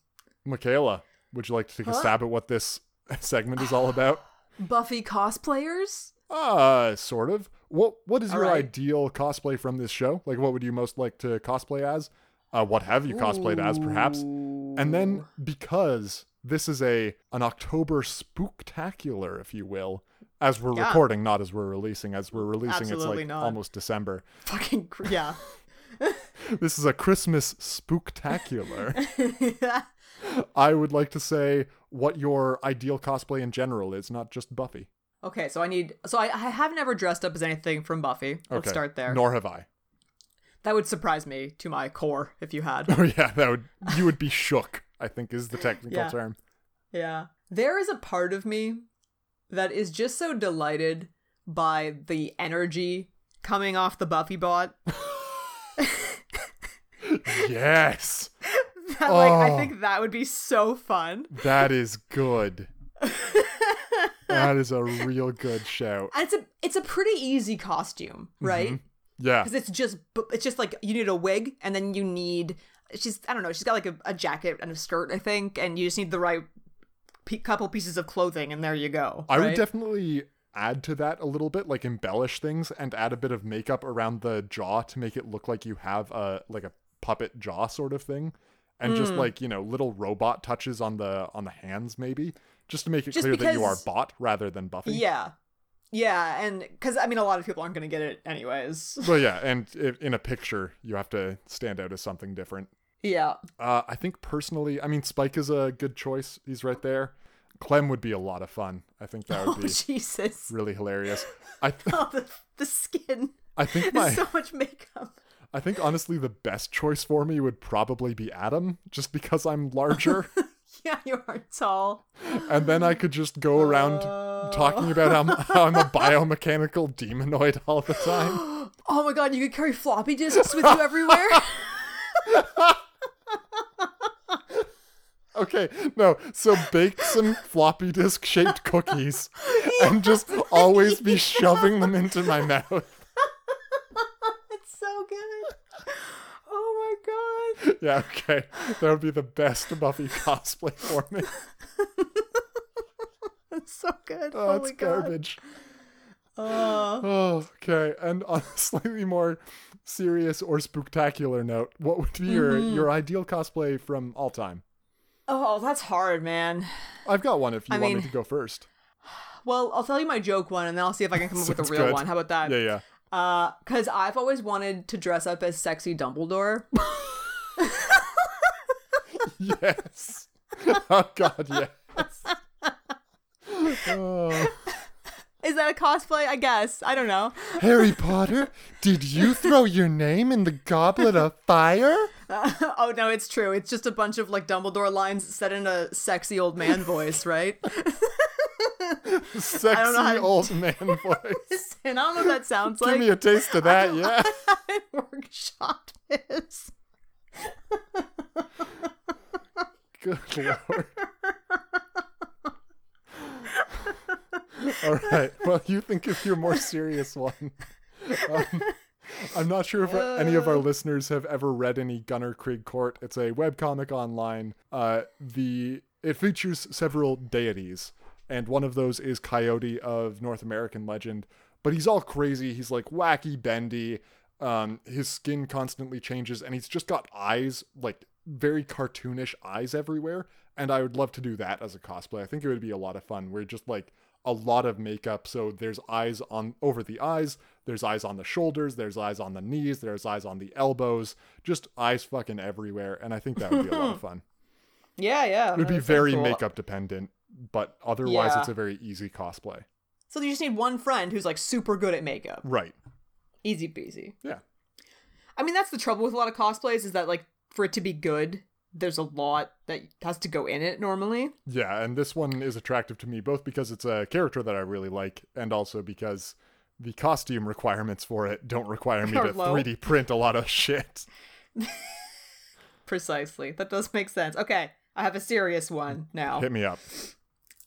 Michaela, would you like to take a stab at what this (laughs) segment is all about? Buffy cosplayers? Uh, sort of. What What is All your right. ideal cosplay from this show? Like, what would you most like to cosplay as? Uh, what have you cosplayed as, perhaps? And then, because this is a an October spooktacular, if you will, as we're Yeah. recording, not as we're releasing. As we're releasing, it's Absolutely like not. almost December. Fucking cr- yeah. This is a Christmas (laughs) spooktacular. I would like to say what your ideal cosplay in general is, not just Buffy. Okay, so I need. So I, I have never dressed up as anything from Buffy. Let's Okay. start there. Nor have I. That would surprise me to my core if you had. (laughs) Oh yeah, that would you would be shook. I think is the technical Yeah. term. yeah. There is a part of me that is just so delighted by the energy coming off the Buffy bot. (laughs) Yes, That, like, I Oh. think that would be so fun. that is good. that is a real good shout. And it's a it's a pretty easy costume, right? Mm-hmm. Yeah, because it's just bu- it's just like you need a wig and then you need she's i don't know she's got like a, a jacket and a skirt i think and you just need the right pe- couple pieces of clothing and there you go I would right? definitely add to that a little bit, like embellish things and add a bit of makeup around the jaw to make it look like you have a like a puppet jaw sort of thing, and Mm. just like you know little robot touches on the on the hands maybe, just to make it Just clear that you are because- Bot rather than Buffy. yeah yeah and because i mean a lot of people aren't going to get it anyways (laughs) Well, yeah, and i in a picture, you have to stand out as something different. yeah Uh, I think personally, I mean, Spike is a good choice. He's right there. Clem would be a lot of fun. I think that oh (laughs) would be jesus really hilarious. (laughs) I th- oh the, the skin I think my there's so much makeup (laughs) I think honestly the best choice for me would probably be Adam, just because I'm larger, yeah you are tall and then I could just go around talking about how I'm, how I'm a biomechanical demonoid all the time. oh my god you could carry floppy disks (laughs) with you everywhere (laughs) Okay, no, so (laughs) bake some floppy disk shaped cookies, and just always be shoving them into my mouth. (laughs) it's so good oh my god Yeah, okay. That would be the best Buffy (laughs) cosplay for (laughs) me. it's so good oh Oh, my it's god garbage. Oh, okay. And on a slightly more serious or spooktacular note, what would be your, Mm-hmm. your ideal cosplay from all time? Oh, that's hard, man. I've got one if you I want me mean- to go first. Well, I'll tell you my joke one and then I'll see if I can come up with a (laughs) Sounds real good. one. How about that? (laughs) Yeah, yeah. Uh, cuz I've always wanted to dress up as sexy Dumbledore. (laughs) Yes. (laughs) oh, God, yes. Oh. Is that a cosplay? I guess. I don't know. (laughs) Harry Potter, did you throw your name in the goblet of fire? oh no, it's true. It's just a bunch of like Dumbledore lines said in a sexy old (laughs) man voice, right? (laughs) Sexy know how to- old (laughs) man voice. and I don't know what that sounds like. (laughs) Give me a taste of that, yeah. workshop is. (laughs) Good lord. (laughs) All right. Well, you think of your more serious one. Um, I'm not sure if any of our listeners have ever read any Gunnar Krieg Court. It's a webcomic online. Uh, the it features several deities, and one of those is Coyote of North American legend. But he's all crazy. He's like wacky, bendy. Um, his skin constantly changes, and he's just got eyes like very cartoonish eyes everywhere and i would love to do that as a cosplay i think it would be a lot of fun we're just like a lot of makeup so there's eyes on over the eyes there's eyes on the shoulders there's eyes on the knees there's eyes on the elbows just eyes fucking everywhere and i think that would be a lot (laughs) of fun Yeah, yeah. it would be very makeup dependent but otherwise Yeah. it's a very easy cosplay So you just need one friend who's like super good at makeup. right Easy peasy. yeah I mean, that's the trouble with a lot of cosplays is that like for it to be good, there's a lot that has to go in it normally. Yeah, and this one is attractive to me both because it's a character that I really like and also because the costume requirements for it don't require (laughs) me Are to low. 3D print a lot of shit. Precisely. That does make sense. Okay, I have a serious one now. Hit me up.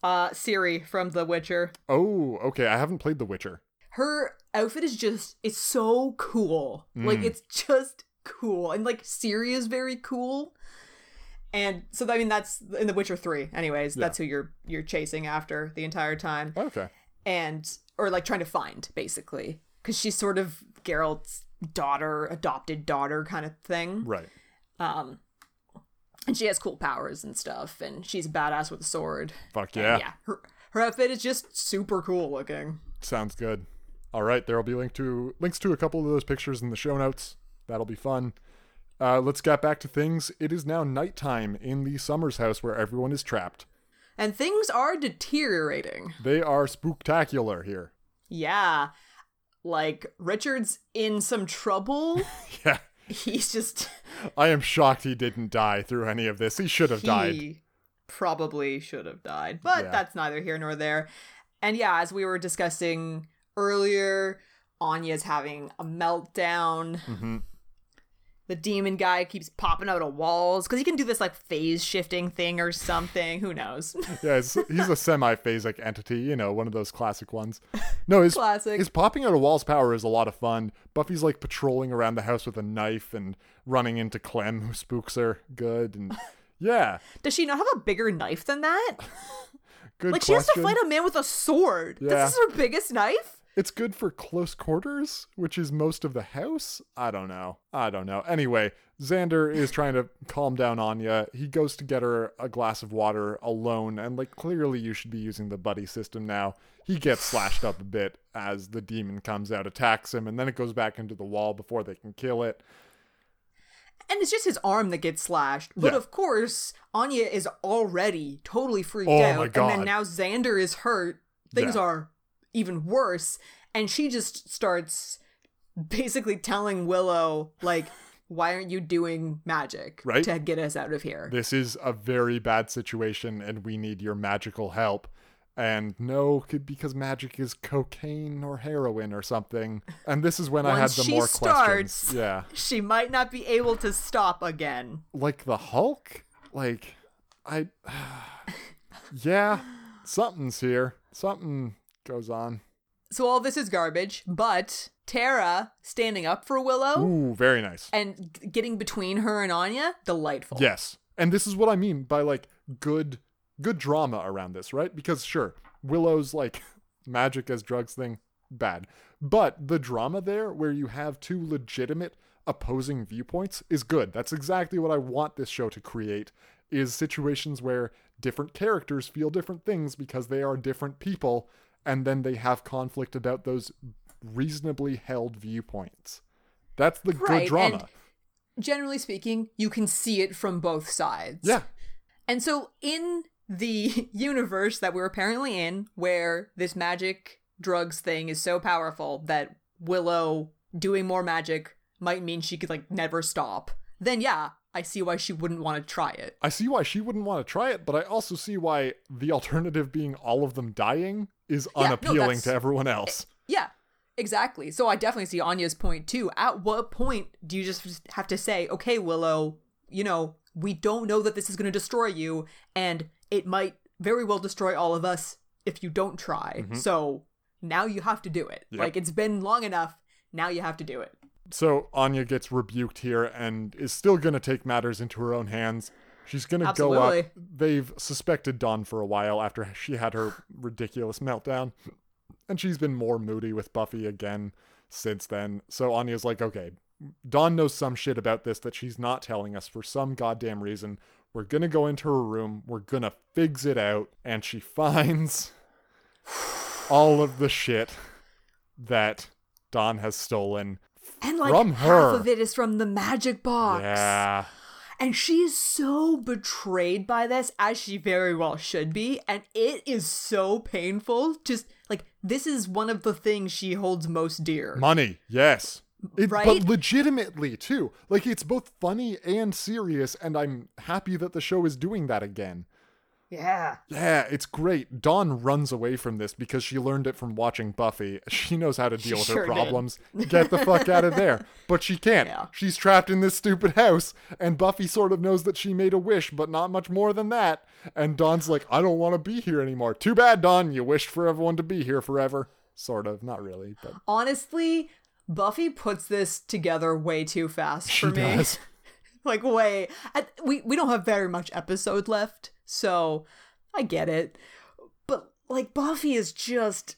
Uh, Siri from The Witcher. Oh, okay, I haven't played The Witcher. her outfit is just it's so cool Mm. like it's just cool and like siri is very cool and so i mean that's in the witcher 3 anyways that's who you're you're chasing after the entire time Okay. and or like trying to find basically because she's sort of geralt's daughter adopted daughter kind of thing Right. and she has cool powers and stuff and she's a badass with a sword Fuck And yeah. Uh, yeah her, her outfit is just super cool looking Sounds good. All right, there'll be link to links to a couple of those pictures in the show notes. That'll be fun. Uh, let's get back to things. It is now nighttime in the Summers house where everyone is trapped. and things are deteriorating They are spooktacular here. (laughs) Yeah. Like Richard's in some trouble. (laughs) Yeah. He's just I am shocked he didn't die through any of this. He should have died. he probably should have died. But Yeah. that's neither here nor there. And yeah, as we were discussing earlier, Anya's having a meltdown. Mm-hmm. The demon guy keeps popping out of walls because he can do this like phase shifting thing or something. Who (laughs) knows? Yeah, it's, he's a semi-phasic entity, you know, one of those classic ones. No, his Classic. his popping out of walls power is a lot of fun. Buffy's like patrolling around the house with a knife and running into Clem, who spooks her. Good and (laughs) yeah, Does she not have a bigger knife than that? good Like she has question. to fight a man with a sword. Yeah. This is her biggest knife? It's good for close quarters, which is most of the house. I don't know. I don't know. Anyway, Xander is trying to calm down Anya. He goes to get her a glass of water alone, and like clearly you should be using the buddy system now. He gets slashed up a bit as the demon comes out, attacks him, and then it goes back into the wall before they can kill it. And it's just his arm that gets slashed. But Yeah. of course, Anya is already totally freaked Oh my out. And God. then now Xander is hurt. Things Yeah. are even worse. And she just starts basically telling Willow, like, (laughs) why aren't you doing magic Right. to get us out of here? This is a very bad situation, and we need your magical help. And no, c- because magic is cocaine or heroin or something. And this is when I had Once the she more starts- questions. Yeah. She might not be able to stop again. like the Hulk? Like, I, (sighs) yeah, something's here. Something goes on. So all this is garbage, but Tara standing up for Willow Ooh, very nice. and g- getting between her and Anya, delightful. Yes, and this is what I mean by like good, good drama around this, right? Because sure, Willow's like (laughs) magic as drugs thing bad, but the drama there where you have two legitimate opposing viewpoints is good. That's exactly what I want this show to create is situations where different characters feel different things because they are different people and then they have conflict about those reasonably held viewpoints. That's the Right, good and- drama. generally speaking, you can see it from both sides. yeah. And so in the (laughs) universe that we're apparently in, where this magic drugs thing is so powerful that Willow doing more magic might mean she could like never stop then yeah, I see why she wouldn't want to try it. I see why she wouldn't want to try it, but I also see why the alternative being all of them dying is no, unappealing that's- to everyone else. Yeah, exactly. So I definitely see Anya's point too. At what point do you just have to say, okay, Willow, you know, we don't know that this is going to destroy you, and it might very well destroy all of us if you don't try. So now you have to do it. Mm-hmm. Yep. Like, it's been long enough. Now you have to do it. So Anya gets rebuked here and is still going to take matters into her own hands. She's going to go up. Absolutely. They've suspected Dawn for a while after she had her ridiculous meltdown. And she's been more moody with Buffy again since then. So Anya's like, okay, Dawn knows some shit about this that she's not telling us for some goddamn reason. We're going to go into her room. We're going to figs it out. And she (laughs) finds all of the shit that Dawn has stolen And like From her. half of it is from the magic box. Yeah. And she is so betrayed by this, as she very well should be. And it is so painful. Just like this is one of the things she holds most dear. Money. Yes. It, But Right? legitimately, too. Like, it's both funny and serious, and I'm happy that the show is doing that again. yeah. Yeah, it's great. Dawn runs away from this because she learned it from watching Buffy. She knows how to deal with her sure did. problems. Get the fuck out of there. But she can't. Yeah. She's trapped in this stupid house, and Buffy sort of knows that she made a wish, but not much more than that. And Dawn's like, I don't want to be here anymore. Too bad, Dawn. You wished for everyone to be here forever. Sort of. Not really, but. Honestly, Buffy puts this together way too fast for me. does. (laughs) like way I, we we don't have very much episode left, so I get it. But like Buffy is just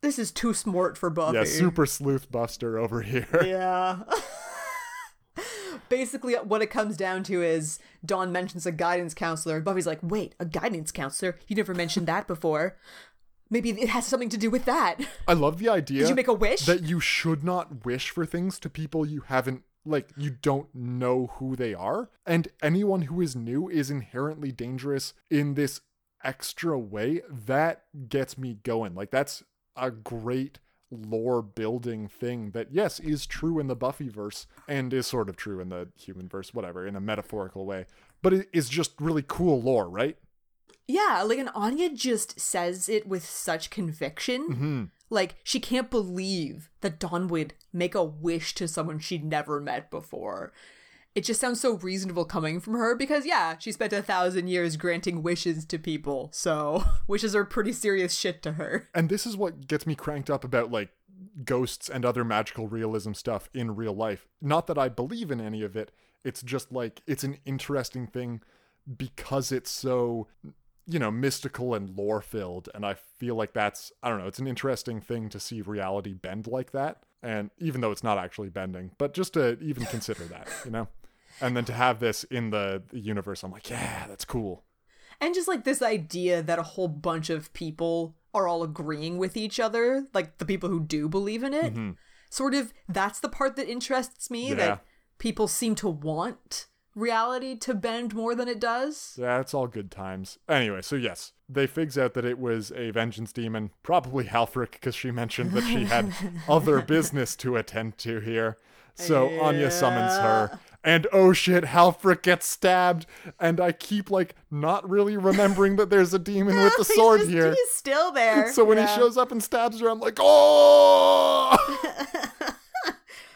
this is too smart for Buffy. Yeah, super sleuth buster over here. Yeah. (laughs) Basically, what it comes down to is Dawn mentions a guidance counselor, and Buffy's like, wait, a guidance counselor? You never mentioned that before. Maybe it has something to do with that. I love the idea. you make a wish? That you should not wish for things to people you haven't like you don't know who they are and anyone who is new is inherently dangerous in this extra way that gets me going like that's a great lore building thing that yes is true in the buffyverse and is sort of true in the human verse whatever in a metaphorical way but it is just really cool lore right Yeah, like, and Anya just says it with such conviction. Like, she can't believe that Dawn would make a wish to someone she'd never met before. It just sounds so reasonable coming from her because, yeah, she spent a thousand years granting wishes to people, so (laughs) wishes are pretty serious shit to her. and this is what gets me cranked up about like ghosts and other magical realism stuff in real life. Not that I believe in any of it. It's just like it's an interesting thing because it's so you know mystical and lore filled and I feel like that's I don't know, it's an interesting thing to see reality bend like that. And even though it's not actually bending, but just to even consider that, you know. And then to have this in the the universe, I'm like, yeah, that's cool. And just like this idea that a whole bunch of people are all agreeing with each other, like the people who do believe in it, sort of that's the part that interests me Mm-hmm. Yeah. that people seem to want reality to bend more than it does. Yeah, it's all good times. Anyway, so yes, they figs out that it was a vengeance demon, probably Halfric, because she mentioned that (laughs) she had other business to attend to here. So Anya summons her, and oh shit, Halfric gets stabbed, and I keep like not really remembering that there's a demon (laughs) with the He's sword just- here. He's still there. So when Yeah. he shows up and stabs her, I'm like, oh, (laughs)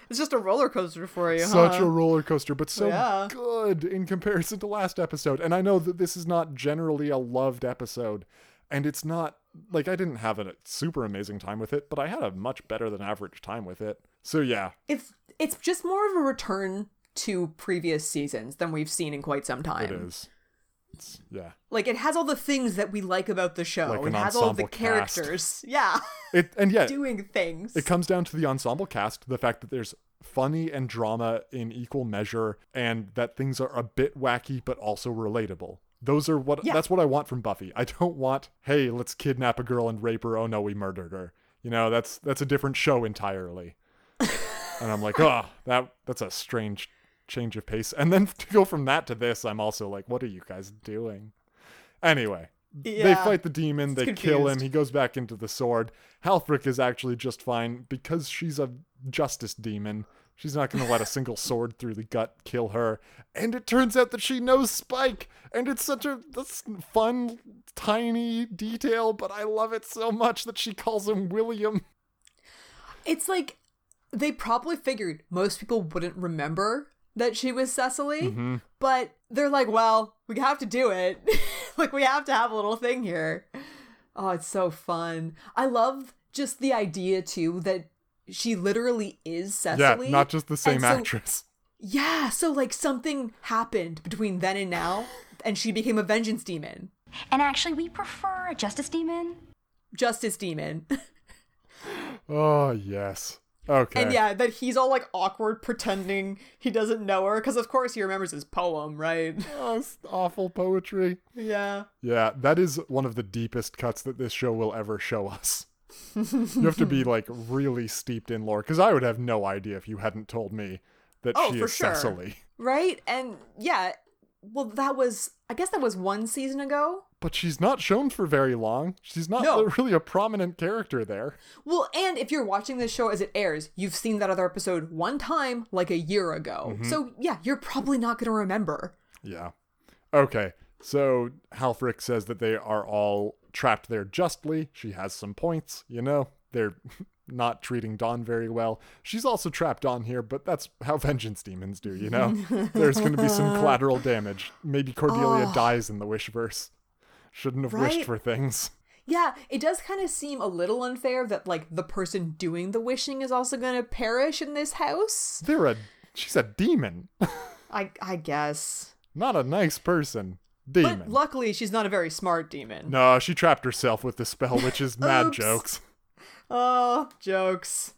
it's just a roller coaster for you, such huh? a roller coaster, but so Uh-huh. Yeah. good in comparison to last episode. And I know that this is not generally a loved episode, and it's not like I didn't have a super amazing time with it, but I had a much better than average time with it. So yeah, it's it's just more of a return to previous seasons than we've seen in quite some time. it is. It's, yeah, Like it has all the things that we like about the show. Like it an has all the ensemble cast. characters. (laughs) Yeah. it and yeah, doing things. It comes down to the ensemble cast, the fact that there's funny and drama in equal measure, and that things are a bit wacky but also relatable. Those are what Yeah. that's what I want from Buffy. I don't want, hey, let's kidnap a girl and rape her. Oh no, we murdered her. You know, that's that's a different (laughs) show entirely. and I'm like, oh, that that's a strange change of pace. And then to go from that to this, I'm also like, what are you guys doing? Anyway, they Yeah. fight the demon, they kill him, confused. he goes back into the sword. Halfric is actually just fine because she's a justice demon. She's not going to let a single sword through the gut kill her. And it turns out that she knows Spike. And it's such a that's fun, tiny detail, but I love it so much that she calls him William. It's like they probably figured most people wouldn't remember that she was Cecily, Mm-hmm. but they're like, well, we have to do it. (laughs) like, we have to have a little thing here. Oh, it's so fun. I love just the idea, too, that she literally is Cecily. Yeah, not just the same And so- actress. Yeah, so like something happened between then and now, and she became a vengeance demon, And actually, we prefer a justice demon. justice demon. (laughs) Oh, yes. Okay. And yeah, that he's all like awkward pretending he doesn't know her because of course he remembers his poem, right? (laughs) Oh, it's awful poetry. yeah. Yeah, that is one of the deepest cuts that this show will ever show us. you have to be like really steeped in lore because I would have no idea if you hadn't told me that Oh, she for is sure. Cecily. Right? And yeah, well that was I guess that was one season ago. But she's not shown for very long. She's not No. really a prominent character there. Well, and if you're watching this show as it airs, you've seen that other episode one time like a year ago. So yeah, you're probably not going to remember. Yeah. Okay. So Halfrick says that they are all trapped there justly. She has some points, you know. They're (laughs) not treating Dawn very well. She's also trapped on here, but that's how (laughs) vengeance demons do, you know? There's going to (laughs) be some collateral damage. Maybe Cordelia dies in the Wishverse. Shouldn't have wished Right? for things. (laughs) Yeah, it does kind of seem a little unfair that like the person doing the wishing is also going to perish in this house. They're a she's a demon, (laughs) I I guess. not a nice person. Demon. But luckily, she's not a very smart demon. no, she trapped herself with the spell, which is (laughs) mad Oops. jokes. Oh, jokes.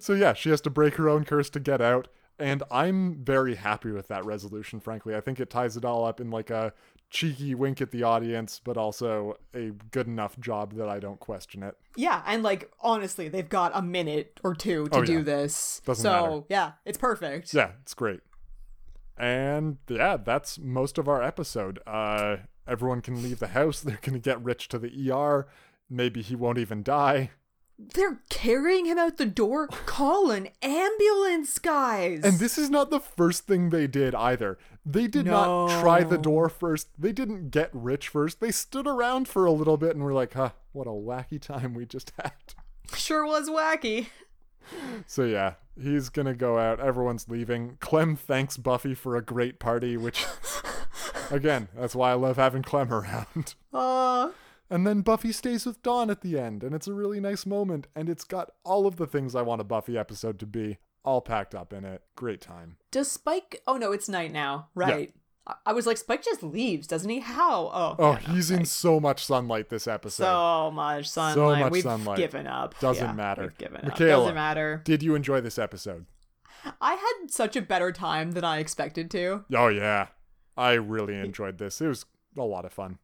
So yeah, she has to break her own curse to get out, and I'm very happy with that resolution, frankly. I think it ties it all up in like a cheeky wink at the audience, but also a good enough job that I don't question it. Yeah, and like honestly, they've got a minute or two to Oh, yeah. do this. Doesn't so matter. yeah, it's perfect. Yeah, it's great. And yeah, that's most of our episode. Uh everyone can leave the house, (laughs) they're gonna get rich to the ER. Maybe he won't even die. They're carrying him out the door. Call an ambulance, guys. And this is not the first thing they did either. They did not try the No. door first. They didn't get rich first. They stood around for a little bit and were like, huh, what a wacky time we just had. (laughs) (laughs) sure was wacky. So, yeah, he's going to go out. Everyone's leaving. Clem thanks Buffy for a great party, which, again, that's why I love having Clem around. (laughs) Uh, And then Buffy stays with Dawn at the end, and it's a really nice moment, and it's got all of the things I want a Buffy episode to be all packed up in it. Great time. does Spike? Oh no, it's night now. Right. I-, I was like, Spike just leaves, doesn't he? How? Oh, Oh, yeah, no, he's in thanks. so much sunlight this episode. so much sunlight. much we've sunlight. given up. Doesn't Yeah, matter. We've given Michaela. up. Doesn't matter. Did you enjoy this episode? I had such a better time than I expected to. Oh yeah. I really enjoyed this. It was a lot of fun.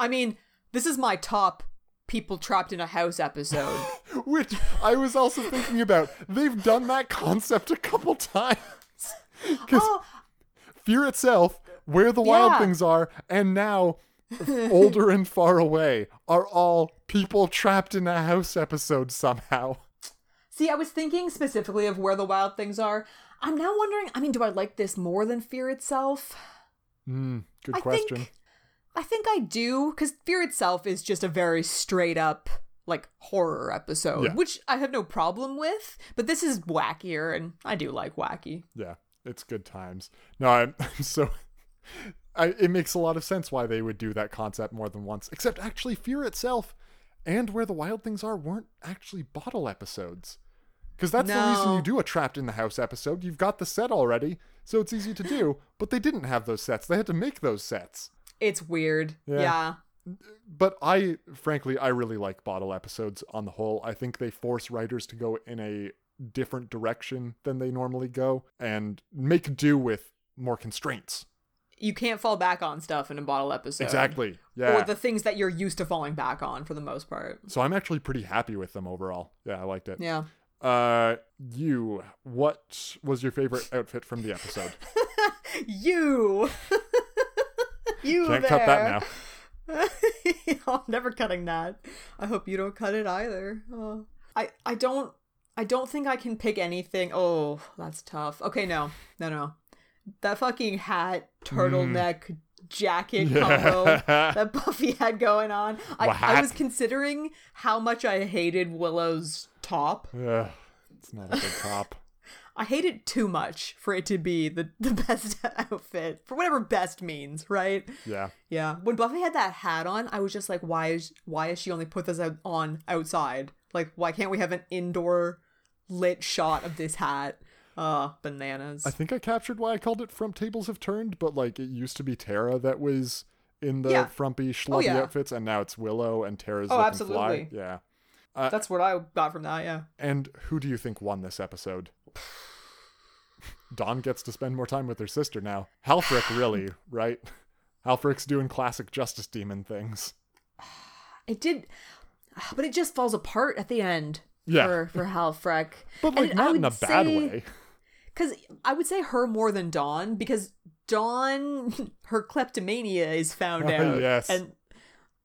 I mean, this is my top people trapped in a house (laughs) episode. (laughs) Which I was also thinking about. They've done that concept a couple times. (laughs) Cuz oh, Fear itself, Where the Wild Yeah. Things Are, and now Older and Far Away are all people trapped in a house episode somehow. see, I was thinking specifically of where the wild things are. I'm now wondering, I mean, do I like this more than Fear itself? Hmm, good I question. think I think I do cuz Fear itself is just a very straight up like horror episode, Yeah. which I have no problem with, but this is wackier and I do like wacky. yeah it's good times no i'm, (laughs) I'm so I, it makes a lot of sense why they would do that concept more than once except actually fear itself and where the wild things are weren't actually bottle episodes because that's the reason you No. do a trapped in the house episode you've got the set already so it's easy to do but they didn't have those sets they had to make those sets It's weird. Yeah. yeah. but i frankly i really like bottle episodes on the whole i think they force writers to go in a different direction than they normally go and make do with more constraints You can't fall back on stuff in a bottle episode. Exactly. Yeah. or the things that you're used to falling back on for the most part. so I'm actually pretty happy with them overall. Yeah, I liked it. Yeah. Uh, you, what was your favorite outfit from (laughs) the episode? You. you Can't there. cut that now. (laughs) I'm never cutting that. I hope you don't cut it either. Oh. I I don't I don't think I can pick anything. Oh, that's tough. Okay, no, no, no. That fucking hat, turtleneck, jacket combo that Buffy had going on. I, I What? was considering how much I hated Willow's top. Ugh, it's not a good top. I hate it too much for it to be the, (laughs) the best outfit, for whatever best means, right? Yeah. Yeah. When Buffy had that hat on, I was just like, why is why is she only put this out on outside? Like, why can't we have an indoor lit shot of this hat? Uh, bananas. I think I captured why I called it Frump Tables Have Turned, but like it used to be Tara that was in the Yeah. Oh, frumpy, schlubby yeah. outfits, and now it's Willow and Tara's Oh, looking fly. absolutely. Yeah. That's what I got from that, yeah. And who do you think won this episode? (sighs) Dawn gets to spend more time with her sister now. (laughs) Halfrick, really, right? Halfrick's doing classic Justice Demon things. It did but it just falls apart at the end. Yeah. For for Halfrek. But like And I not in a would bad say- way. Cause I would say her more than Dawn, because Dawn (laughs) her kleptomania is found out. Oh, Yes. And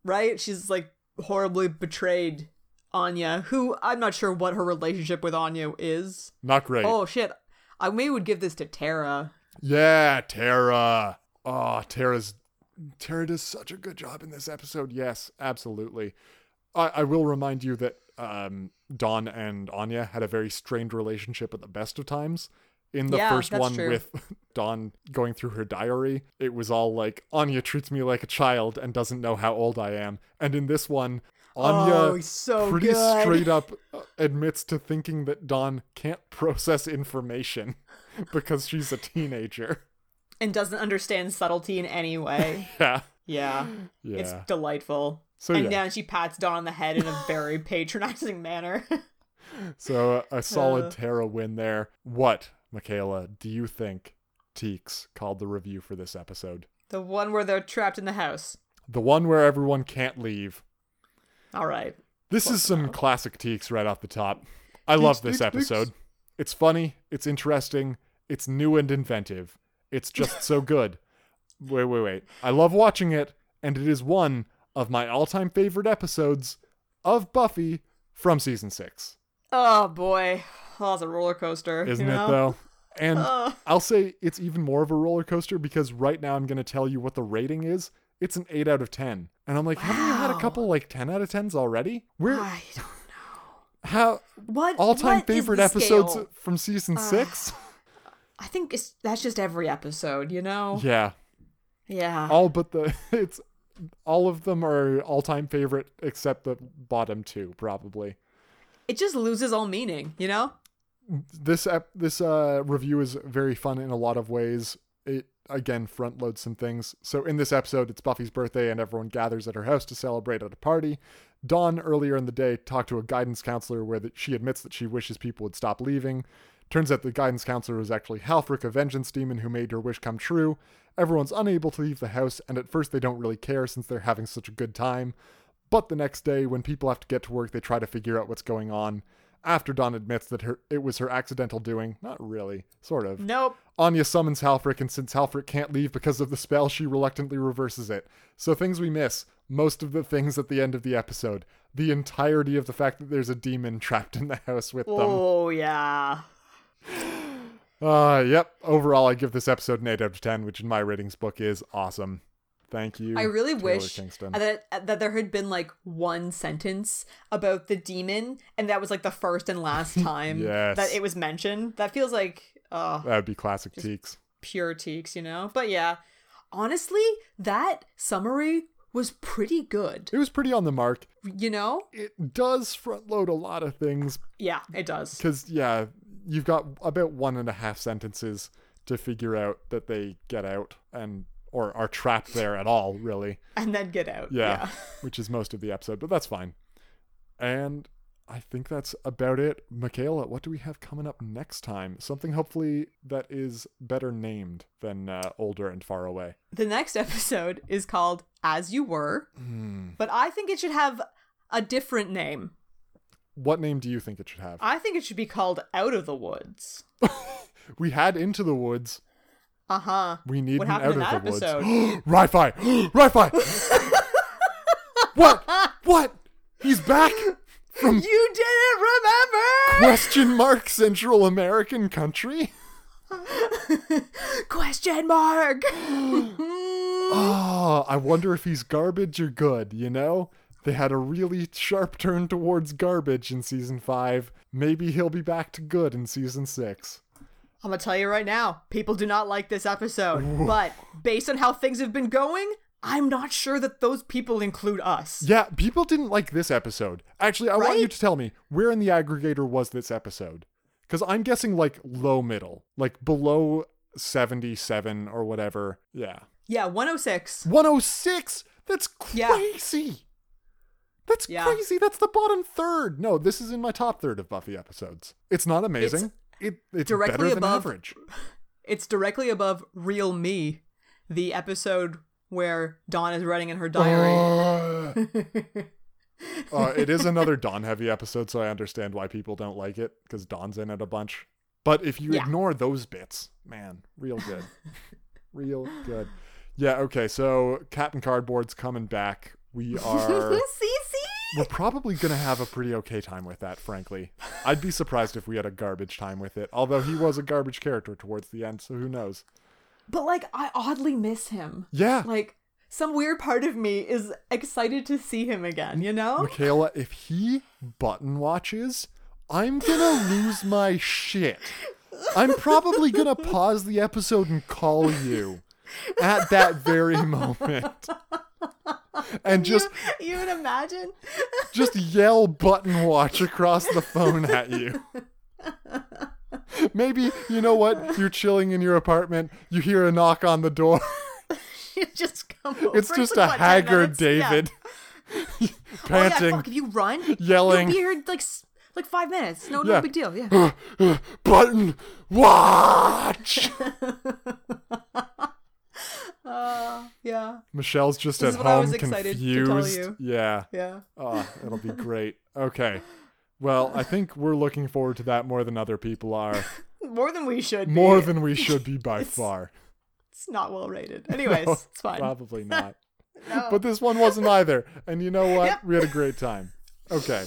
right? She's like horribly betrayed Anya, who I'm not sure what her relationship with Anya is. Not great. Oh shit. I maybe would give this to Tara. Yeah, Tara. Oh, Tara's Tara does such a good job in this episode. Yes, absolutely. I, I will remind you that um Don and Anya had a very strained relationship at the best of times. In the Yeah, first that's one true. with (laughs) Don going through her diary, it was all like Anya treats me like a child and doesn't know how old I am. And in this one, Anya Oh, so pretty good. (laughs) straight up uh, admits to thinking that Don can't process information (laughs) because she's a teenager. (laughs) And doesn't understand subtlety in any way. Yeah. yeah. Yeah. It's delightful. So, and yeah. now she pats Dawn on the head in a (laughs) very patronizing manner. (laughs) so a solid Terra win there. What, Michaela, do you think Teeks called the review for this episode? the one where they're trapped in the house. The one where everyone can't leave. All right. This is some classic Teeks right off the top. I love this episode. It's funny, it's interesting, it's new and inventive. It's just so good. Wait, wait, wait. I love watching it, and it is one of my all time favorite episodes of Buffy from season six. Oh boy. Oh, it's a roller coaster. isn't you know? it though? And I'll say it's even more of a roller coaster because right now I'm going to tell you what the rating is. It's an 8 out of 10. And I'm like, haven't you had a couple like 10 out of 10s already? We're I don't- how What all-time what is favorite the episodes scale? Ah. from (laughs) season 6? I think it's that's just every episode, you know? Yeah. Yeah. All but the it's all of them are all-time favorite except the bottom two probably. It just loses all meaning, you know? this ep- this uh review is very fun in a lot of ways. It again front loads some things. So in this episode, it's Buffy's birthday and everyone gathers at her house to celebrate at a party. Dawn earlier in the day talked to a guidance counselor where that she admits that she wishes people would stop leaving. Turns out the guidance counselor was actually Halfrick, a vengeance demon who made her wish come true. Everyone's unable to leave the house, and at first they don't really care since they're having such a good time. But the next day, when people have to get to work, they try to figure out what's going on. After Dawn admits that her it was her accidental doing, not really, sort of. Nope. Anya summons Halfrick, and since Halfrick can't leave because of the spell, she reluctantly reverses it. So things we miss, most of the things at the end of the episode, the entirety of the fact that there's a demon (laughs) trapped in the house with them. Oh yeah. Uh, yep. Overall, I give this episode an eight out of ten, which in my ratings book is awesome. Thank you. I really Taylor wish Kingston. that that there had been like one sentence about the demon, and that was like the first and (laughs) last time Yes. that it was mentioned. That feels like uh, that would be classic Teeks. pure teaks, you know. But yeah, honestly, that summary was pretty good. It was pretty on the mark. You know? it does front load a lot of things Yeah, it does. because yeah you've got about one and a half sentences to figure out that they get out and or are trapped there at all really (laughs) And then get out. yeah, which is most of the episode but that's fine and i think that's about it michaela what do we have coming up next time something hopefully that is better named than uh, older and far away The next episode is called As You Were, but I think it should have a different name. what name do you think it should have I think it should be called Out of the Woods. we had into the woods Uh huh. We need What an out happened of in the that woods. (gasps) Wi-Fi, (laughs) Wi-Fi. what? What? He's back. (laughs) from You didn't remember! question mark Central American country? (laughs) (gasps) Question mark! (laughs) Oh, I wonder if he's garbage or good, you know? They had a really sharp turn towards garbage in season 5. Maybe he'll be back to good in season 6. I'm gonna tell you right now, people do not like this episode. but based on how things have been going, I'm not sure that those people include us. Yeah, people didn't like this episode. Actually, I want you Right? to tell me where in the aggregator was this episode? Because I'm guessing like low middle, like below 77 or whatever. Yeah. Yeah, 106. 106? That's Yeah. crazy. That's Yeah. crazy. That's the bottom third. No, this is in my top third of Buffy episodes. It's not amazing. It's, it, it's directly better than above- average. It's directly above Real Me, the episode where Dawn is writing in her diary. (laughs) (laughs) Uh, it is another Dawn heavy episode, so I understand why people don't like it because Dawn's in it a bunch. But if you Yeah. ignore those bits, man, real good. real good. Yeah, okay, so Captain Cardboard's coming back. We (laughs) are. Cece! We're probably going to have a pretty okay time with that, frankly. I'd be surprised if we had a garbage time with it, although he was a garbage character towards the end, so who knows? But like, I oddly miss him. Yeah. Like, some weird part of me is excited to see him again, you know? Michaela, if he button watches, I'm gonna lose my shit. I'm probably gonna pause the episode and call you at that very moment. And just you would imagine? (laughs) just yell button watch across the phone at you. Maybe you know what? You're chilling in your apartment, you hear a knock on (laughs) the door. Oh, You just come over. It's for, just a what, 10 minutes? haggard Yeah. David Oh, yeah, panting. fuck, if you run, You'll yelling. be here in, like s- like five minutes. No, Yeah. no big deal. (gasps) Yeah. button (laughs) watch. yeah. Michelle's just This at is what I home was excited to confused. tell you. Yeah. Yeah. Oh, it'll be great. Okay. Well, I think we're looking forward to that more than other people are. More than we should. be. More than we should be by far. It's not well (laughs) rated. Anyways, it's fine. Probably not. But this one wasn't either. And you know what? We had a great time. Okay.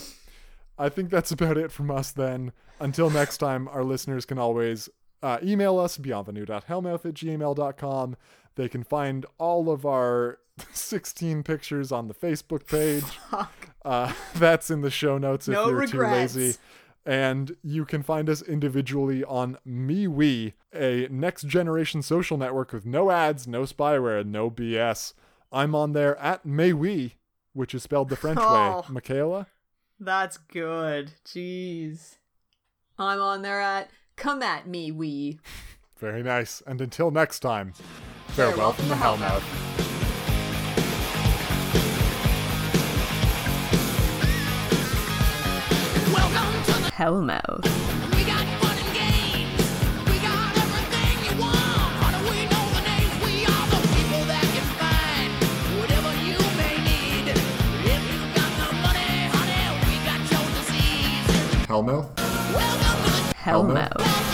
I think that's about it from us then. Until next time, our listeners can always uh, email us, bienvenue.hellmouth at gmail.com. They can find all of our (laughs) 16 pictures on the (laughs) Facebook page. Uh, (laughs) that's in the show notes if No you're regrets. too lazy. And you can find us individually on MeWe, a next generation social network with no ads, no spyware, and no BS. I'm on there at MeWe, which is spelled the French Oh. way. Michaela? That's good. Jeez. I'm on there at come at me, we. Very nice. And until next time, farewell, from the Hellmouth. Welcome to the. Hellmouth. We got fun and games. We got everything you want. How do we know the names? We are the people that can find whatever you may need. If you got the money, honey, we got your disease. Hellmouth? Welcome to the. Hellmouth. Welcome